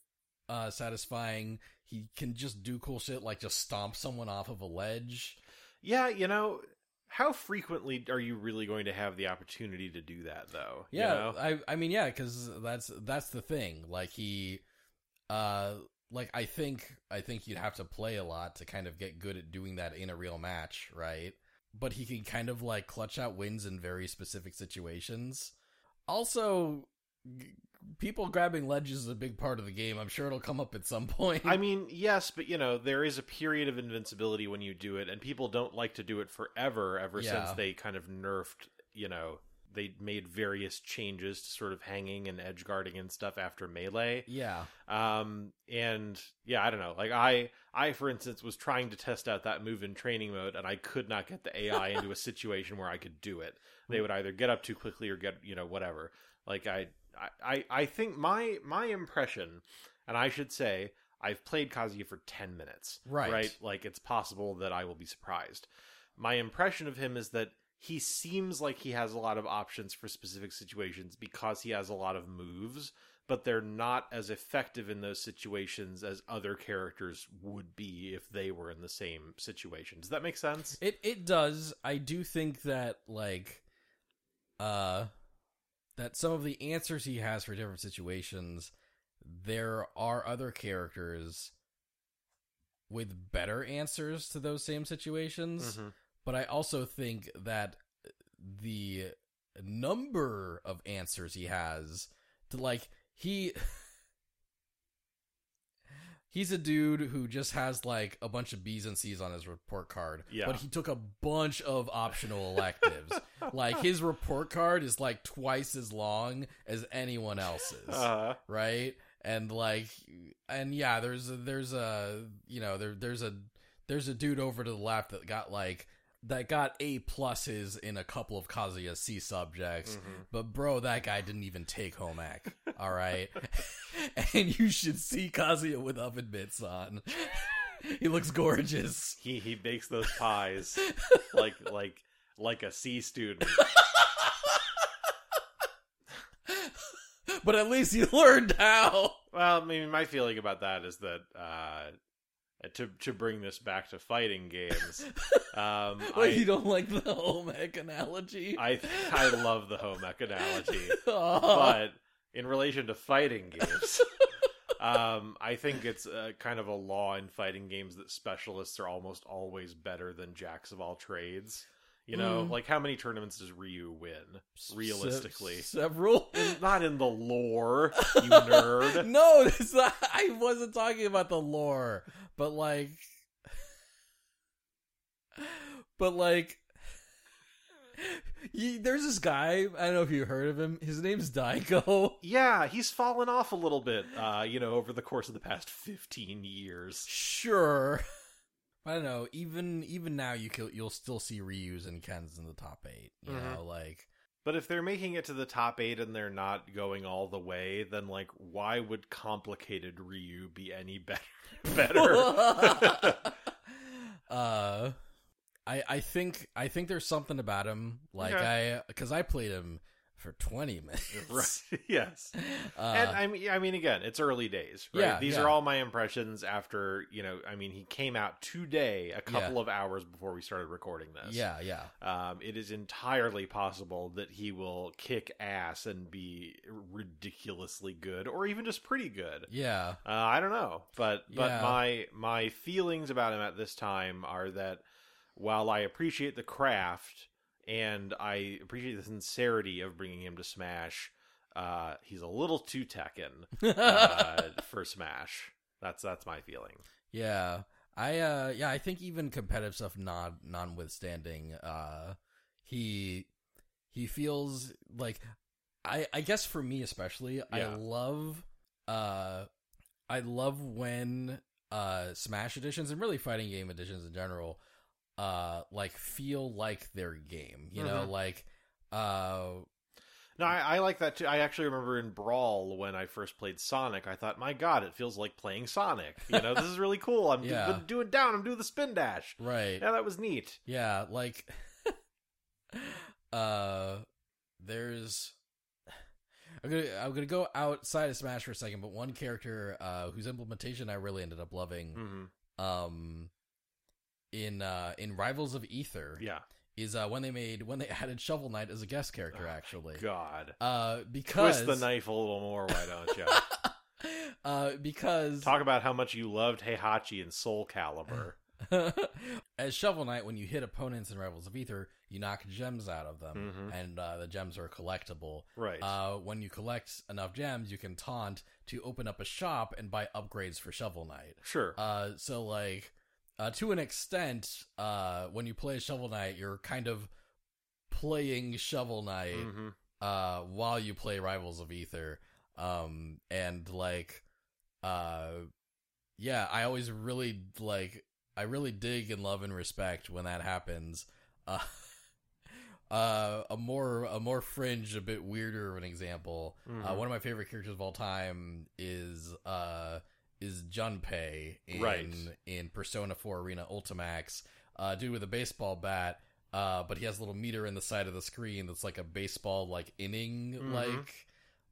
uh, satisfying. He can just do cool shit like just stomp someone off of a ledge.
Yeah, you know, how frequently are you really going to have the opportunity to do that though? You
Yeah, uh,
know?
I I mean yeah, because that's that's the thing. Like he, uh, like I think I think you'd have to play a lot to kind of get good at doing that in a real match, right? But he can kind of like clutch out wins in very specific situations. Also, g- people grabbing ledges is a big part of the game. I'm sure it'll come up at some [laughs] point.
I mean, yes, but you know, there is a period of invincibility when you do it, and people don't like to do it forever ever
Yeah.
since they kind of nerfed, you know, they made various changes to sort of hanging and edge guarding and stuff after melee.
yeah,
Um and yeah, I don't know. Like I I for instance was trying to test out that move in training mode and I could not get the AI into a situation where I could do it. They would either get up too quickly or get, you know, whatever. Like I I I- I think my my impression and I should say I've played Kazuya for 10 minutes.
Right.
Right? Like it's possible that I will be surprised. My impression of him is that he seems like he has a lot of options for specific situations because he has a lot of moves but they're not as effective in those situations as other characters would be if they were in the same situation. Does that make sense?
it it does. I do think that like, uh, that some of the answers he has for different situations, there are other characters with better answers to those same situations.
Mhm.
But I also think that the number of answers he has to like he [laughs] he's a dude who just has like a bunch of B's and C's on his report card.
Yeah.
But he took a bunch of optional
[laughs]
electives. like his report card is like twice as long as anyone else's
Uh,
right and like and yeah there's a, there's a you know there there's a there's a dude over to the left that got like that got a pluses in a couple of Kazuya C subjects
mhm.
but bro that guy didn't even take home ec all right [laughs] and you should see Kazuya with oven mitts on [laughs] he looks gorgeous
He he bakes those pies like like like a C student.
but at least he learned how [laughs]
Well, I mean, my feeling about that is that uh, to to bring this back to fighting games, um,
Wait,
I,
you don't like the home ec analogy Oh,
I I love the home
[laughs]
ec analogy.
Aw.
but in relation to fighting games, um, I think it's uh, kind of a law in fighting games that specialists are almost always better than jacks of all trades. You know,
Mm.
like how many tournaments does Ryu win? Realistically,
Se- several [laughs]
not in the lore, you nerd.
no, it's not, I wasn't talking about the lore, but like, but like, you, there's this guy. I don't know if you heard of him. His name's Daiko.
Yeah, he's fallen off a little bit, uh, you know, over the course of the past 15 years.
Sure, I don't know. Even even now, you can, you'll still see Ryu's and Ken's in the top eight. You
Mhm.
know, like
But if they're making it to the top eight and they're not going all the way, then, like, why would complicated Ryu be any better? [laughs] better?
[laughs]
[laughs]
uh I I think I think there's something about him like I cuz I played him for 20 minutes.
right. [laughs] yes.
[laughs] Uh,
and I mean, I mean, again, it's early days, right?
Yeah,
These
yeah.
are all my impressions after you know. I mean, he came out today, a couple of hours before we started recording this.
yeah, yeah.
Um, it is entirely possible that he will kick ass and be ridiculously good, or even just pretty good.
Yeah.
Uh, I don't know, but
Yeah.
but my my feelings about him at this time are that while I appreciate the craft and I appreciate the sincerity of bringing him to Smash, uh, he's a little
[laughs]
too Tekken uh, for Smash. That's that's my feeling.
Yeah. I uh yeah, I think even competitive stuff non nonwithstanding, uh he he feels like I I guess for me especially, I
Yeah.
love uh I love when uh Smash editions and really fighting game editions in general uh like feel like their game. You know,
Mhm.
like uh
No, I, I like that too. I actually remember in Brawl when I first played Sonic, I thought, my God, it feels like playing Sonic. You know, this is really cool.
[laughs]
I'm do-
Yeah.
doing down. I'm doing the spin dash.
right.
Yeah, that was neat.
Yeah, like [laughs] uh there's I'm gonna I'm gonna go outside of Smash for a second, but one character uh whose implementation I really ended up loving
hmm
um in uh in Rivals of Ether
Yeah.
is uh when they made when they [laughs] added Shovel Knight as a guest character
Oh my
actually.
God.
Uh because [laughs]
Twist the knife a little more, why don't you?
uh because
Talk about how much you loved Heihachi and Soul
Uh,
Calibur.
[laughs] As Shovel Knight, when you hit opponents in Rivals of Ether, you knock gems out of them,
Mhm.
and uh, the gems are collectible.
Right.
Uh, when you collect enough gems, you can taunt to open up a shop and buy upgrades for Shovel Knight.
sure.
Uh, so like, uh, to an extent, uh, when you play Shovel Knight, you're kind of playing Shovel Knight
hmm
uh, while you play Rivals of Ether. Um, and like, uh, yeah, I always really like, I really dig and love and respect when that happens. [laughs] Uh, uh, a more, a more fringe, a bit weirder of an example. Uh,
Mhm.
one of my favorite characters of all time is, uh, is Junpei in,
Right.
in Persona 4 Arena Ultimax. Uh, dude with a baseball bat uh, but he has a little meter in the side of the screen that's like a baseball like inning
Mhm.
like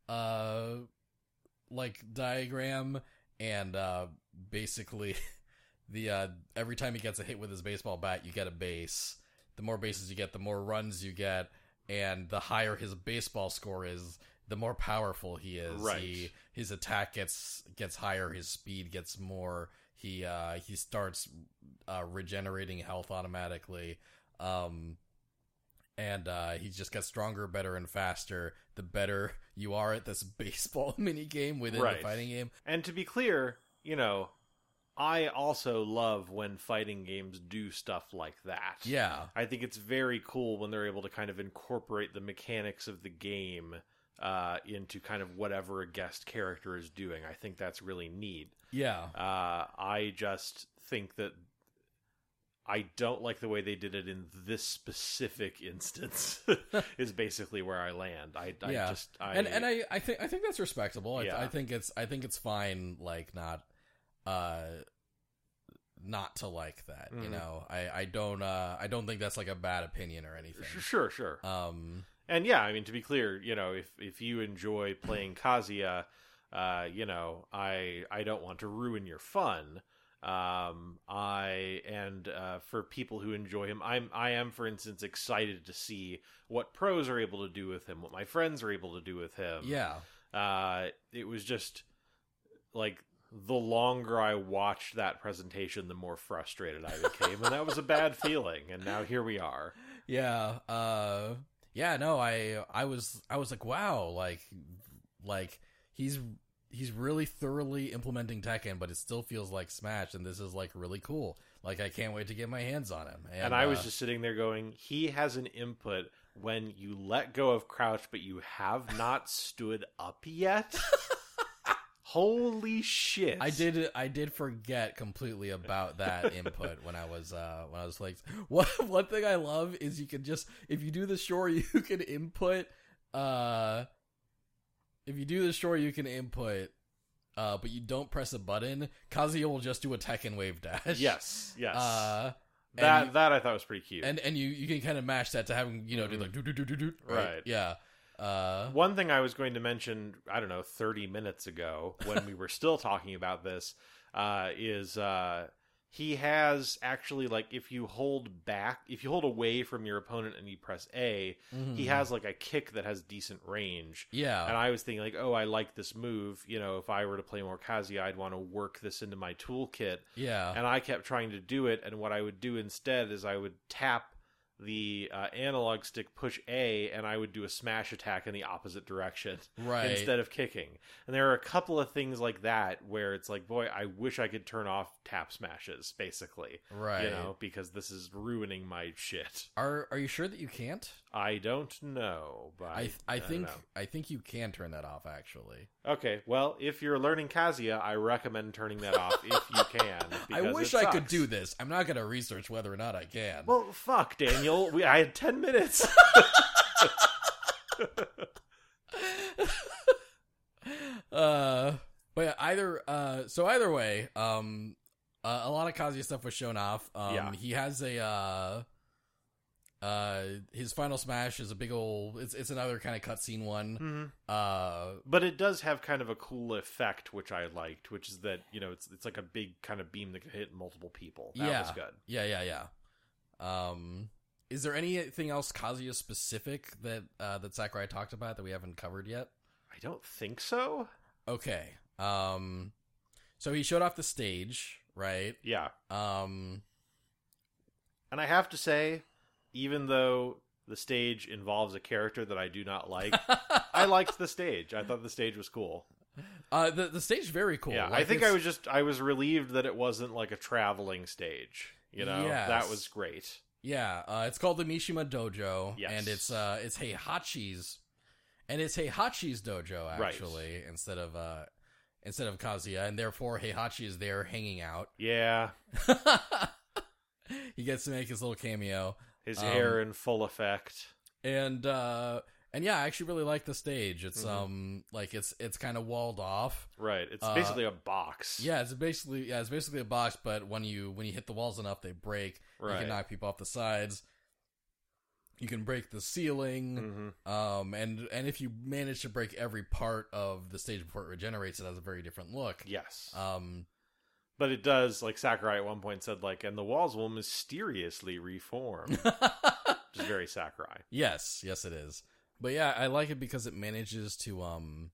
uh like diagram and uh basically the uh every time he gets a hit with his baseball bat you get a base the more bases you get the more runs you get and the higher his baseball score is the more powerful he is
Right.
he, his attack gets gets higher his speed gets more he uh he starts uh regenerating health automatically um and uh, he just gets stronger, better, and faster. The better you are at this [laughs] baseball mini game within
Right.
the fighting game,
And to be clear, you know, I also love when fighting games do stuff like that.
yeah,
I think it's very cool when they're able to kind of incorporate the mechanics of the game uh, into kind of whatever a guest character is doing. I think that's really neat.
yeah,
Uh, I just think that I don't like the way they did it in this specific
[laughs]
[laughs] instance. is basically where I land. I, I
Yeah.
just I,
and and I, I think I think that's respectable. I,
Yeah.
I think it's I think it's fine, like not, uh, not to like that. You
Mhm.
know, I I don't uh I don't think that's like a bad opinion or anything.
sure sure.
Um,
and yeah, I mean to be clear, you know, if if you enjoy playing Kazuya, uh, you know, I I don't want to ruin your fun. Um, I and uh, for people who enjoy him, I'm I am for instance excited to see what pros are able to do with him, what my friends are able to do with him.
yeah,
uh, it was just like the longer I watched that presentation, the more frustrated I became, and that was
[laughs]
a bad feeling. And now here we are.
yeah uh yeah no i i was i was like wow like like he's he's really thoroughly implementing tekken but it still feels like smash and this is like really cool like i can't wait to get my hands on him
And, I was
uh,
just sitting there going, he has an input when you let go of crouch, but you have not stood up
[laughs]
yet. Holy shit!
I did. I did forget completely about
[laughs]
that input when I was uh, when I was like, [laughs] what one thing I love is you can just if you do the shore [laughs] you can input uh, if you do the shore you can input uh, but you don't press a button. Kazuya will just do a Tekken wave dash. [laughs]
Yes, yes.
Uh, and
that
you-
that I thought was pretty cute.
and and you you can kind of mash that to having you know do like do do do do do
Mm-hmm. Right.
Yeah. Uh,
One thing I was going to mention, I don't know, 30 minutes ago when we were still talking about this, uh, is uh, he has actually, like, if you hold back, if you hold away from your opponent and you press A, he
mhm.
has, like, a kick that has decent range.
yeah,
And I was thinking, like, oh, I like this move. You know, if I were to play more Kazi, I'd want to work this into my toolkit.
yeah,
[laughs] And I kept trying to do it. And what I would do instead is I would tap the uh, analog stick, push A, and I would do a smash attack in the opposite direction [laughs]
right.
instead of kicking. And there are a couple of things like that where it's like, boy, I wish I could turn off tap smashes, basically.
right.
You know, because this is ruining my shit.
Are Are you sure that you can't?
I don't know, but
I I,
don't
think
know.
I think you can turn that off. Actually,
Okay, well, if you're learning Kazuya, I recommend turning that off if you can.
[laughs] I
because
wish
it
I could
sucks.
do this. I'm not gonna research whether or not I can.
Well, fuck, Daniel. We, I had ten minutes.
uh, but yeah, either uh, so either way, um, uh, a lot of Kazuya stuff was shown off. Um,
Yeah.
he has a uh, uh, his final smash is a big old. It's it's another kind of cutscene one.
Mhm.
Uh,
But it does have kind of a cool effect, which I liked, which is that you know it's it's like a big kind of beam that can hit multiple people. That was good.
yeah, yeah, yeah. Um, is there anything else Kazuya specific that uh, that Sakurai talked about that we haven't covered yet?
I don't think so.
Okay. Um, so he showed off the stage, right?
Yeah,
Um,
and I have to say, even though the stage involves a character that I do not
[laughs]
like, I liked the stage. I thought the stage was cool.
Uh, the the stage very cool.
Yeah, I
Like,
think
it's-
I was just I was relieved that it wasn't like a traveling stage. You know,
Yes.
that was great.
Yeah, uh, it's called the Mishima Dojo,
Yes.
and it's uh, it's Heihachi's, and it's Heihachi's dojo
Right.
actually instead of uh, instead of Kazuya, and therefore Heihachi is there hanging out. [laughs]
Yeah,
he gets to make his little cameo,
his
Um,
hair in full effect.
and uh, and yeah, I actually really like the stage. It's
Mhm.
um like it's it's kind of walled off.
Right, it's
uh,
basically a box.
Yeah, it's basically yeah, it's basically a box, but when you when you hit the walls enough, they break. You
right.
can knock people off the sides. You can break the ceiling.
hmm
Um, and and if you manage to break every part of the stage before it regenerates, it has a very different look.
Yes, [laughs]
Um,
but it does. Like Sakurai at one point said, like, and the walls will
[laughs]
mysteriously reform, which is very Sakurai.
yes, yes, it is. But yeah, I like it because it manages to um,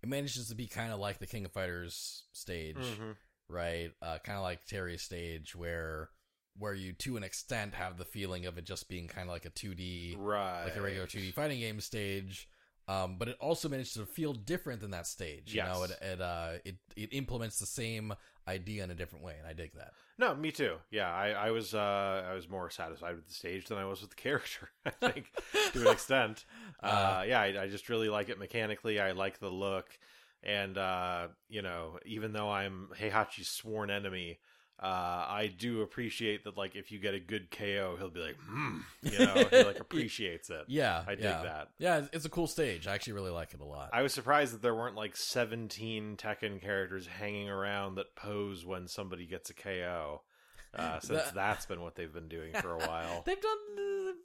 it manages to be kind of like the King of Fighters stage,
Mhm.
right? Uh, kind of like Terry's stage, where where you to an extent have the feeling of it just being kind of like a two D
Right,
like a regular 2D fighting game stage. Um, but it also managed to feel different than that stage. You
Yes.
know, it it, uh, it it implements the same idea in a different way, and I dig that.
No, me too. Yeah, I, I was uh, I was more satisfied with the stage than I was with the character. [laughs] I think [laughs] to
[laughs]
an extent. Uh,
Uh,
yeah, I, I just really like it mechanically. I like the look, and uh, you know, even though I'm Heihachi's sworn enemy, uh, I do appreciate that. Like, if you get a good KO, he'll be like, mm, you know,
[laughs]
he like appreciates it.
Yeah,
I dig
yeah.
that.
Yeah, it's- it's a cool stage. I actually really like it a lot.
I was surprised that there weren't like 17 Tekken characters hanging around that pose when somebody gets a KO.
[laughs]
Uh, since
That-
that's been what they've been doing for a
[laughs]
while.
they've done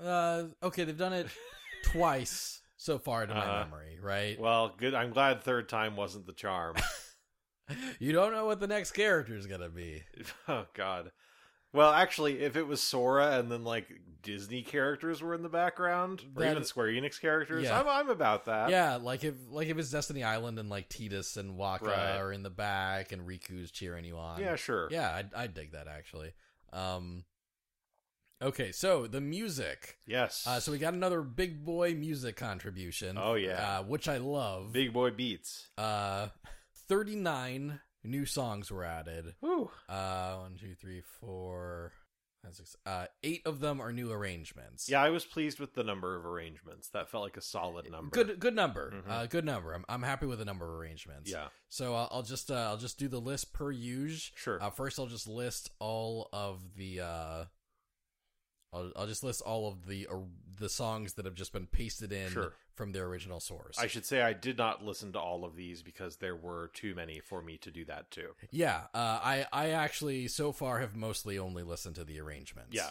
uh, okay. They've done it twice so far, to my
Uh-huh.
memory. Right?
Well, good. I'm glad third time wasn't the charm. [laughs]
You don't know what the next character is gonna be.
oh God. Well, actually, if it was Sora and then like Disney characters were in the background, or
That-
even Square Enix characters,
Yeah.
I'm, I'm about that.
yeah, like if like if it's Destiny Island and like Tidus and Waka
Right.
are in the back and Riku's cheering you on.
Yeah, sure.
Yeah, I, I dig that actually. Um, okay, so the music.
Yes.
Uh, so we got another big boy music contribution.
Oh, yeah.
uh, which I love.
Big boy beats.
Uh, thirty nine new songs were added.
Woo.
Uh, one, two, three, four, five, six. Uh, eight of them are new arrangements.
Yeah, I was pleased with the number of arrangements. That felt like a solid number.
Good, good number.
Mhm.
Uh, good number. I'm, I'm happy with the number of arrangements.
Yeah.
So uh, I'll just, uh, I'll just do the list per usual.
Sure.
Uh, first, I'll just list all of the. Uh, I'll, I'll just list all of the or the songs that have just been pasted in
Sure.
from their original source.
I should say I did not listen to all of these because there were too many for me to do that too.
yeah, uh, I I actually so far have mostly only listened to the arrangements.
Yeah.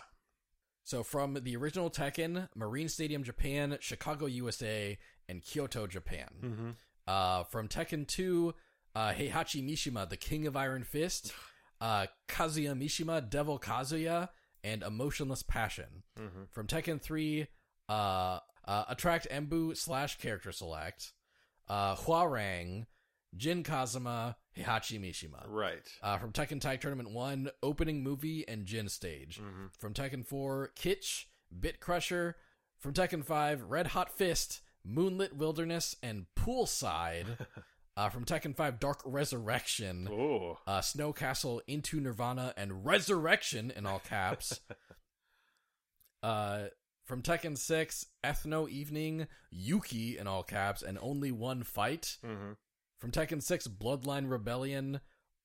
So from the original Tekken, Marine Stadium Japan, Chicago USA, and Kyoto Japan.
Mm-hmm.
Uh, from Tekken 2, uh, Heihachi Mishima, the King of Iron Fist, uh, Kazuya Mishima, Devil Kazuya, and Emotionless Passion.
Mm-hmm.
From Tekken 3, uh, uh, Attract Embu slash Character Select, uh, Huarang, Jin Kazuma, Heihachi Mishima.
Right.
Uh, from Tekken Tag Tournament 1, Opening Movie and Jin Stage.
Mm-hmm.
From Tekken 4, Kitsch, Bit Crusher. From Tekken 5, Red Hot Fist, Moonlit Wilderness, and Poolside. Uh, from Tekken 5, Dark Resurrection,
Oh.
uh, Snow Castle, Into Nirvana, and Resurrection in all caps. uh, from Tekken 6, Ethno Evening, Yuki in all caps, and Only One Fight.
Mm-hmm.
From Tekken 6, Bloodline Rebellion,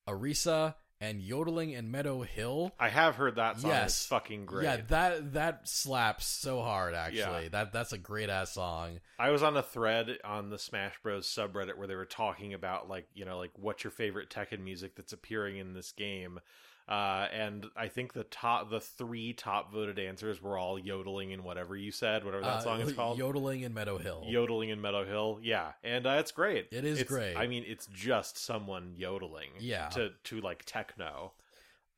Arisa, and Yodeling and Meadow Hill.
I have heard that song. Yes.
Yes.
It's fucking great.
Yeah, that that slaps so hard. Actually,
Yeah.
that that's a great ass song.
I was on a thread on the Smash Bros subreddit where they were talking about like you know like what's your favorite Tekken music that's appearing in this game, uh, and I think the top the three top voted answers were all yodeling and whatever you said whatever that
Uh, [laughs]
song is called
Yodeling in Meadow Hill.
yodeling in Meadow Hill yeah and uh, it's great
It is
It's-
great.
I mean it's just someone yodeling
Yeah.
to to like techno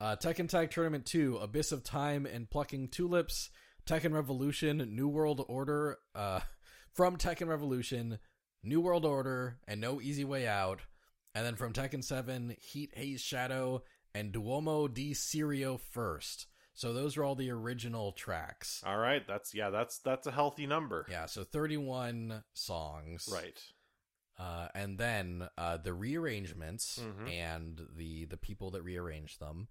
Uh, Tekken Tag Tournament 2, Abyss of Time and Plucking Tulips, Tekken Revolution, New World Order, uh, [laughs] from Tekken Revolution, New World Order, and No Easy Way Out, and then from Tekken 7, Heat, Haze, Shadow, and Duomo di Sirio First. So those are all the original tracks.
all right that's yeah that's that's a healthy number
Yeah, so 31 songs.
right
Uh, and then uh, the rearrangements
Mhm.
and the the people that rearranged them.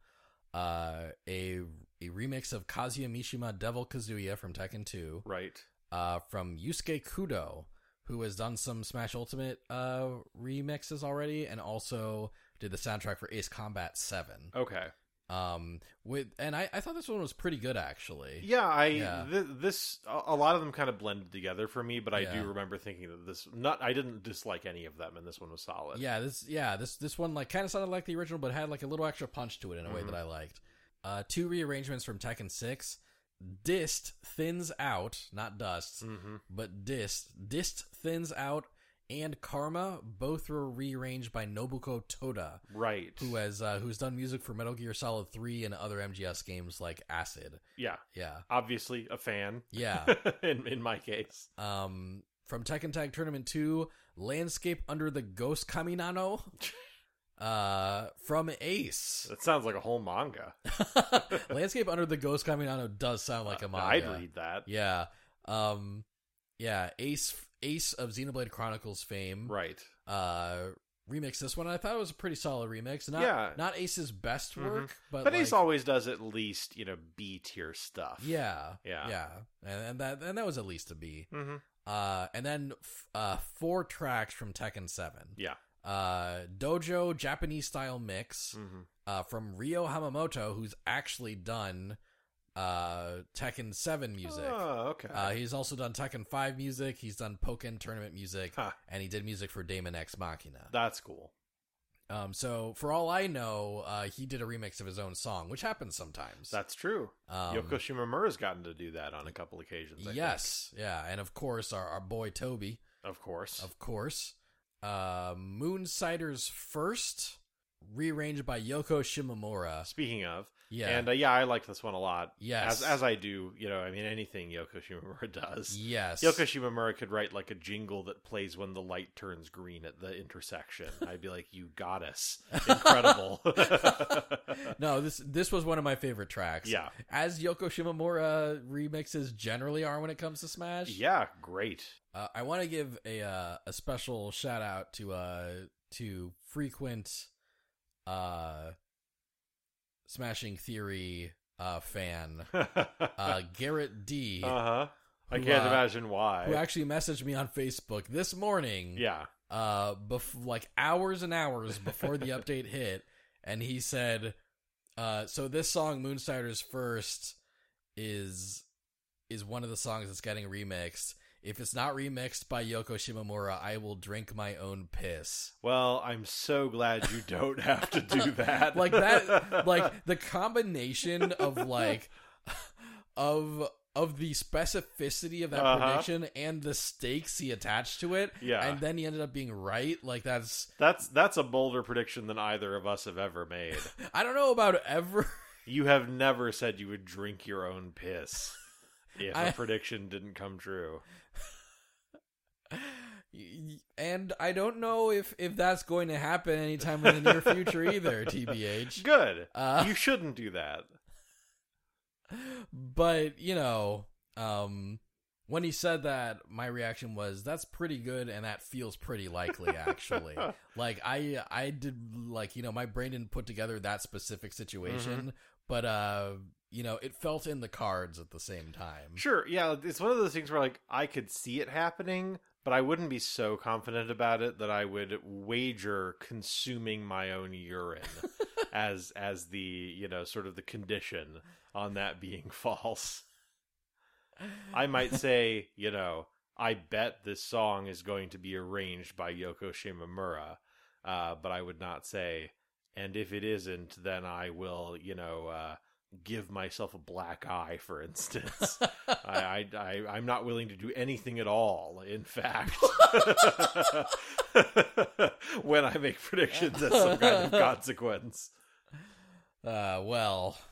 Uh, a a remix of Kazuya Mishima Devil Kazuya from Tekken 2,
right
uh, from Yusuke Kudo, who has done some Smash Ultimate uh, remixes already, and also did the soundtrack for Ace Combat 7.
okay
Um, with and I, I thought this one was pretty good actually.
Yeah, I
Yeah.
Th- this a a lot of them kind of blended together for me, but I
Yeah.
do remember thinking that this not I didn't dislike any of them, and this one was solid.
Yeah, this yeah, this this one like kind of sounded like the original but had like a little extra punch to it in a way
Mhm.
that I liked. Uh two rearrangements from Tekken 6. Dist thins out, not dust,
hmm
but Dist. Dist thins out and Karma both were rearranged by Nobuko Toda,
right.
who has uh, who's done music for Metal Gear Solid 3 and other MGS games like Acid.
yeah,
Yeah.
obviously a fan. [laughs]
Yeah.
in in my case,
Um, from Tekken Tag Tournament 2, Landscape Under the Ghost
[laughs]
Kaminano. Uh, from Ace.
that sounds like a whole manga.
Landscape Under the Ghost Kaminano does sound like a manga.
Uh, I'd read that.
Yeah. Um, yeah, Ace Ace of Xenoblade Chronicles fame.
Right.
Uh, remix this one. I thought it was a pretty solid remix. Not,
Yeah.
Not Ace's best
Mhm.
work, but,
But, Ace
like,
always does at least you know B tier stuff.
Yeah.
Yeah.
Yeah. And, and that and that was at least a B.
hmm
Uh, and then f- uh, four tracks from Tekken 7.
Yeah.
Uh, Dojo Japanese style mix
hmm
uh, from Ryo Hamamoto, who's actually done uh, Tekken 7 music.
Oh, okay.
Uh, he's also done Tekken 5 music, he's done Pokken tournament music,
Huh.
and he did music for Damon X Machina.
That's cool.
Um, so, for all I know, uh, he did a remix of his own song, which happens sometimes.
That's true.
um,
Yoko Shimomura's gotten to do that on a couple occasions. I think.
Yes, yeah, and of course, our, our boy Toby.
of course.
of course. Uh, Moonsiders first, rearranged by Yoko Shimomura.
Speaking of,
Yeah,
And uh, yeah, I liked this one a lot.
yes,
As as I do, you know, I mean anything Yoko Shimomura [laughs] does.
yes,
Yoko [laughs] Shimomura could write like a jingle that plays when the light turns green at the
[laughs]
intersection. I'd be like, "You goddess, incredible."
[laughs]
[laughs]
no, this this was one of my favorite tracks.
yeah.
as Yoko Shimomura remixes generally are when it comes to Smash.
Yeah, great.
uh, I want to give a uh, a special shout out to uh to frequent uh Smashing Theory uh fan
[laughs]
uh Garrett D.
uh-huh. I
Who,
can't
uh,
imagine
who
why.
actually messaged me on Facebook this morning,
Yeah.
uh, bef- like hours and hours before
[laughs]
the update hit, and he said, uh, "So this song, Moonsiders First, is is one of the songs that's getting remixed. If it's not remixed by Yoko Shimomura, I will drink my own piss."
Well, I'm so glad you don't have
[laughs]
to do that.
Like that, like the combination of like of of the specificity of that
Uh-huh.
prediction and the stakes he attached to it.
[laughs] Yeah.
And then he ended up being right. Like that's
That's that's a bolder prediction than either of us have ever made.
I don't know about ever
You have never said you would drink your own piss if a
I-
prediction didn't come true.
and I don't know if if that's going to happen anytime in the near future either, TBH.
Good.
Uh,
you shouldn't do that.
but you know um when he said that my reaction was that's pretty good and that feels pretty likely actually like i i did like you know my brain didn't put together that specific situation but uh you know it felt in the cards at the same time
Sure. Yeah, it's one of those things where like I could see it happening, but I wouldn't be so confident about it that I would wager consuming my own urine as as the, you know, sort of the condition on that being [laughs] false. I might say, you know, I bet this song is going to be arranged by Yoko Shimomura, uh, but I would not say, and if it isn't, then I will, you know, uh, give myself a black eye, for instance. I, I, I, I'm not willing to do anything at all, in fact, [laughs] when I make predictions as some kind of consequence.
uh well [laughs]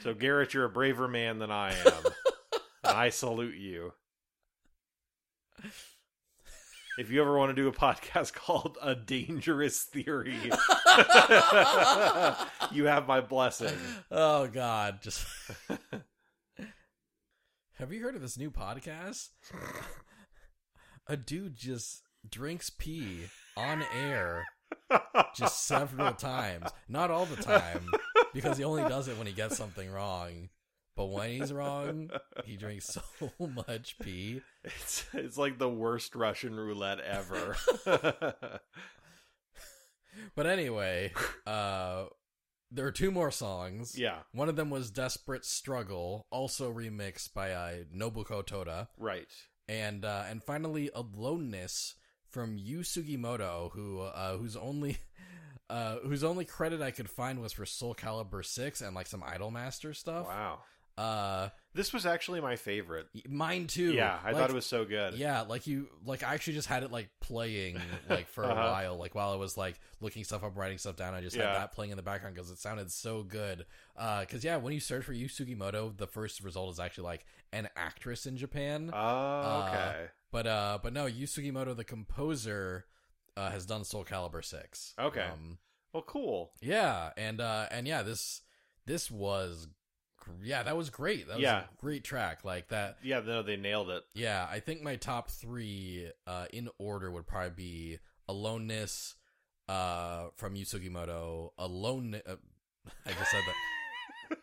So, Garrett, you're a braver man than I am. and I salute you. If you ever want to do a podcast [laughs] called A Dangerous Theory, you have my blessing.
oh god just [laughs] have you heard of this new podcast a dude just drinks pee on air just several times. Not all the time, because he only does it when he gets something wrong. But when he's wrong, he drinks so [laughs] much pee.
It's, it's like the worst Russian roulette ever. [laughs]
But anyway, uh, there are two more songs.
yeah,
One of them was "Desperate Struggle," also remixed by uh, Nobuko Toda,
right.
and uh, and finally "Aloneness" from Yu Sugimoto, who uh, whose only [laughs] uh, whose only credit I could find was for Soul Calibur Six and like some Idolmaster stuff.
Wow.
Uh,
This was actually my favorite.
Mine too.
Yeah, I
Like,
thought it was so good.
Yeah, like you, like I actually just had it like
[laughs]
playing like for a
Uh-huh.
while, like while I was like looking stuff up, writing stuff down. I just
Yeah.
had that playing in the background because it sounded so good. Because yeah, when you search for Yu Sugimoto, the first result is actually like an actress in Japan.
Oh, okay.
but uh, but no, Yu Sugimoto, the composer, uh, has done Soul Calibur six.
Okay.
Um,
well, cool.
yeah, and uh, and yeah, this this was. gr- Yeah, that was great. That was
Yeah.
a great track. Like that
Yeah, no, they nailed it.
Yeah, I think my top three uh, in order would probably be Aloneness uh, from Yu Sugimoto, Alone. Uh, I just
[laughs]
said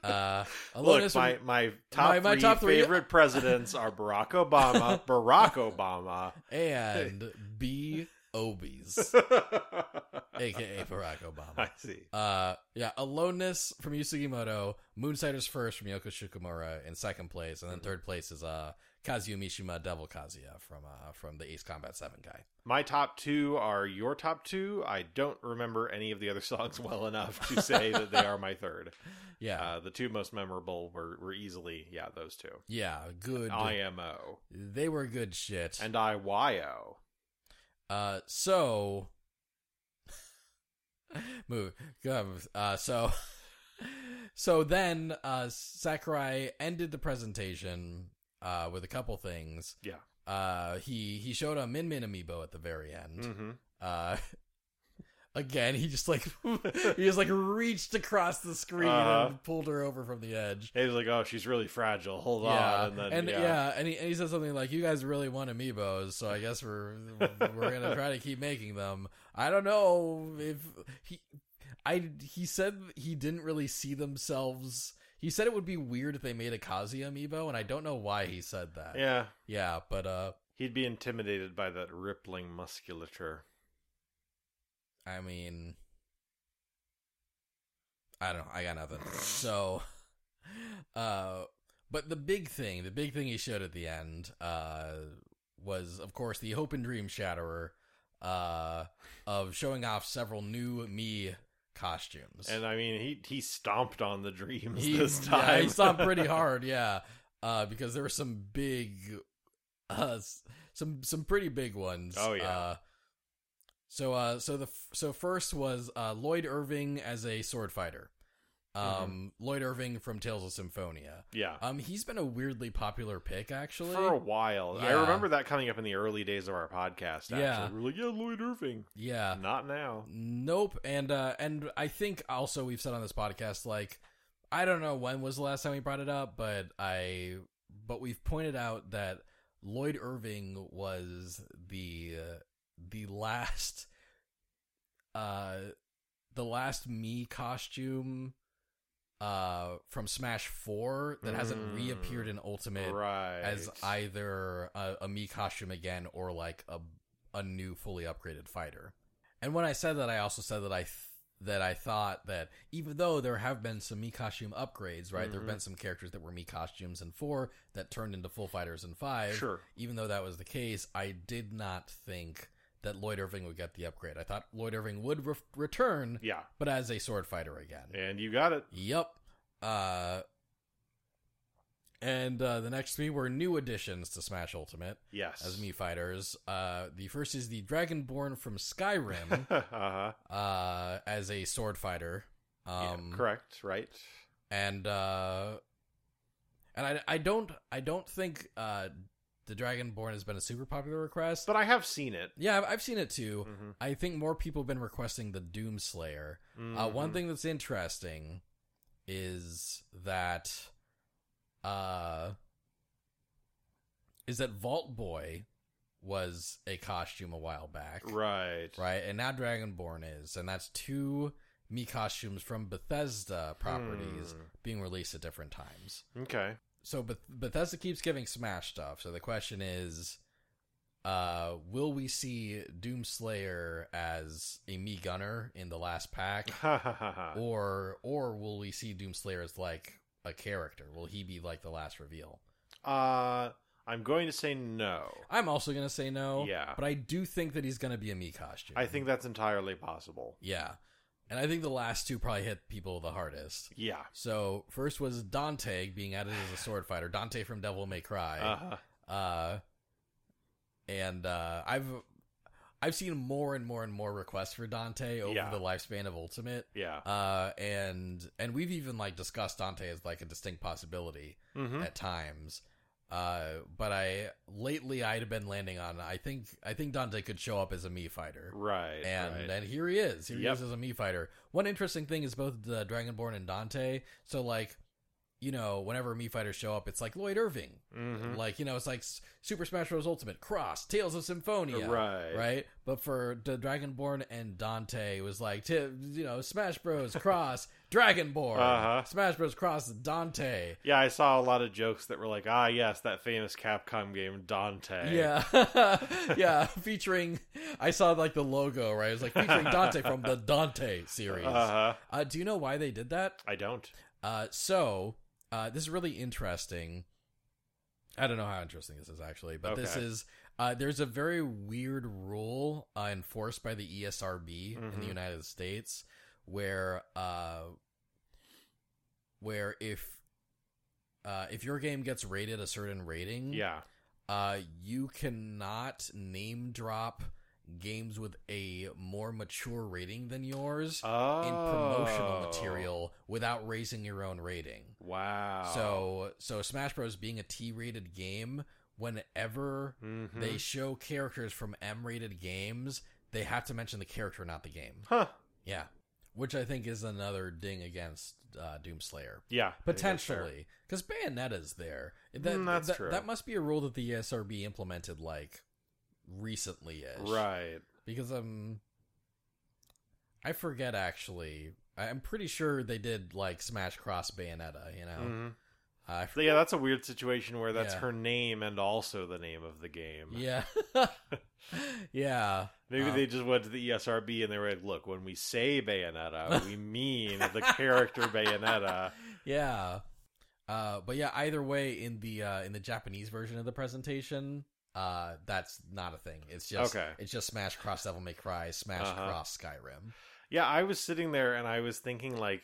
that. Uh,
Look,
Aloneness.
my,
from,
my top
my- my
three
top three- [laughs]
favorite presidents are Barack Obama, Barack
[laughs]
Obama,
and B. Obies, aka Barack Obama.
I see.
Uh, yeah, Aloneness from Yu Sugimoto, Moonsiders first from Yoko Shukumura in second place,
Mm-hmm.
and then third place is uh, Kazuya Mishima Devil Kazuya from uh, from the Ace Combat Seven guy.
My top two are your top two. I don't remember any of the other [laughs] songs well enough to say that they are my third.
[laughs] Yeah,
Uh, the two most memorable were, were easily, yeah, those two.
yeah, good.
IMO
They were good shit.
oh, and IYO.
uh, so [laughs] move. Go ahead. Uh, so [laughs] so then uh, Sakurai ended the presentation uh, with a couple things.
Yeah.
Uh, he he showed a Min Min amiibo at the very end.
hmm
Uh, [laughs] again, he just like [laughs] he just like reached across the screen
Uh-huh.
and pulled her over from the edge.
He was like, oh, she's really fragile. Hold
Yeah,
on. And then,
yeah,
yeah.
and, he, and he said something like, "You guys really want amiibos, so I guess we're we're gonna try to keep making them." I don't know if he, I he said he didn't really see themselves. He said it would be weird if they made a Kazuya amiibo, and I don't know why he said that.
yeah.
Yeah, but uh,
He'd be intimidated by that rippling musculature.
I mean, I don't know. I got nothing. So, [laughs] uh, but the big thing, the big thing he showed at the end, uh, was of course the hope and dream shatterer, uh, of showing off several new me costumes.
And I mean, he he stomped on the dreams
he,
this
yeah,
time.
he
[laughs]
stomped pretty hard, yeah, uh, because there were some big, uh, s- some some pretty big ones.
Oh, yeah.
Uh, so uh, so the f- so first was uh, Lloyd Irving as a sword fighter. Um,
Mm-hmm.
Lloyd Irving from Tales of Symphonia.
yeah.
Um, he's been a weirdly popular pick actually.
For a while, I
Yeah.
remember that coming up in the early days of our podcast. Actually,
Yeah.
we were like, "Yeah, Lloyd Irving."
yeah.
Not now.
Nope. And uh and I think also we've said on this podcast like I don't know when was the last time we brought it up, but I but we've pointed out that Lloyd Irving was the uh, the last uh the last me costume uh from Smash 4 that hasn't
Mm.
reappeared in Ultimate
right.
as either a, a me costume again or like a a new fully upgraded fighter. And when I said that, I also said that I th- that I thought that even though there have been some me costume upgrades, right? There have
Mhm.
been some characters that were me costumes in four that turned into full fighters in five.
sure.
Even though that was the case, I did not think that Lloyd Irving would get the upgrade. I thought Lloyd Irving would re- return,
Yeah,
but as a sword fighter again.
and you got it.
Yep. Uh, and uh, the next three were new additions to Smash Ultimate
Yes,
as
[laughs]
Mii Fighters. Uh, the first is the Dragonborn from
[laughs]
Skyrim
uh huh.
uh, as a sword fighter. Um,
correct. Right.
And uh, and I, I don't I don't think uh, the Dragonborn has been a super popular request.
But I have seen it.
yeah, I've, I've seen it too.
Mhm.
I think more people have been requesting the Doomslayer. Uh, one
Mhm.
thing that's interesting is that uh is that Vault Boy was a costume a while back.
Right.
Right, and now Dragonborn is, and that's two me costumes from Bethesda properties
Hmm.
being released at different times.
Okay. [laughs]
So Beth- Bethesda keeps giving Smash stuff. So the question is, uh, will we see Doomslayer as a me gunner in the last
[laughs]
pack?
Ha ha ha ha.
or or will we see Doomslayer as like a character? Will he be like the last reveal?
Uh, I'm going to say no.
I'm also gonna say no.
Yeah.
but I do think that he's gonna be a me costume.
I think that's entirely possible.
yeah, and I think the last two probably hit people the hardest.
Yeah.
So first was Dante being added as a sword fighter, Dante from Devil May
Uh
Cry,
huh.
uh, and uh, I've I've seen more and more and more requests for Dante over
Yeah.
the lifespan of Ultimate.
Yeah.
Uh, and and we've even like discussed Dante as like a distinct possibility.
Mm-hmm.
at times. Uh, but I lately I'd have been landing on I think I think Dante could show up as a me fighter.
Right.
And
right.
and here he is. Here
Yep.
he is as a me fighter. One interesting thing is both the Dragonborn and Dante. So like, you know, whenever me fighters show up, it's like Lloyd Irving.
Mhm.
Like you know, it's like S- Super Smash Bros. Ultimate, Cross, Tales of Symphonia,
Right.
Right. But for the Dragonborn and Dante, it was like t- you know, Smash Bros. Cross,
[laughs]
Dragonborn,
Uh-huh.
Smash Bros. Cross, Dante.
Yeah, I saw a lot of jokes that were like, ah, yes, that famous Capcom game Dante.
Yeah, [laughs] yeah. Featuring, I saw like the logo right. It was like featuring Dante from the Dante series. Uh,
Uh huh.
do you know why they did that?
I don't.
Uh, so uh, this is really interesting. I don't know how interesting this is actually, but this
Okay.
is uh, there's a very weird rule uh, enforced by the ESRB in the
Mhm.
United States where uh, where if uh, if your game gets rated a certain rating,
Yeah.
uh, you cannot name drop games with a more mature rating than yours
Oh.
in promotional material without raising your own rating.
Wow.
So, so Smash Bros. being a T-rated game, whenever
Mhm.
they show characters from M-rated games, they have to mention the character, not the game.
Huh.
Yeah, which I think is another ding against uh, Doomslayer
Yeah. I think that's fair.
potentially because bayonetta's there that,
Mm, that's
that,
true.
that must be a rule that the E esrb implemented like recently ish
Right.
because um i forget actually I- i'm pretty sure they did like smash cross bayonetta you know
Mhm.
I
So, yeah, that's a weird situation where that's
Yeah.
her name and also the name of the game.
[laughs] yeah yeah
Maybe
Um,
they just went to the E ESRB and they were like, look, when we say
[laughs]
Bayonetta, we mean the character Bayonetta.
yeah uh but yeah either way in the uh in the japanese version of the presentation uh that's not a thing it's just
Okay.
it's just smash cross devil may cry smash
Uh-huh.
cross skyrim
Yeah, I was sitting there and I was thinking like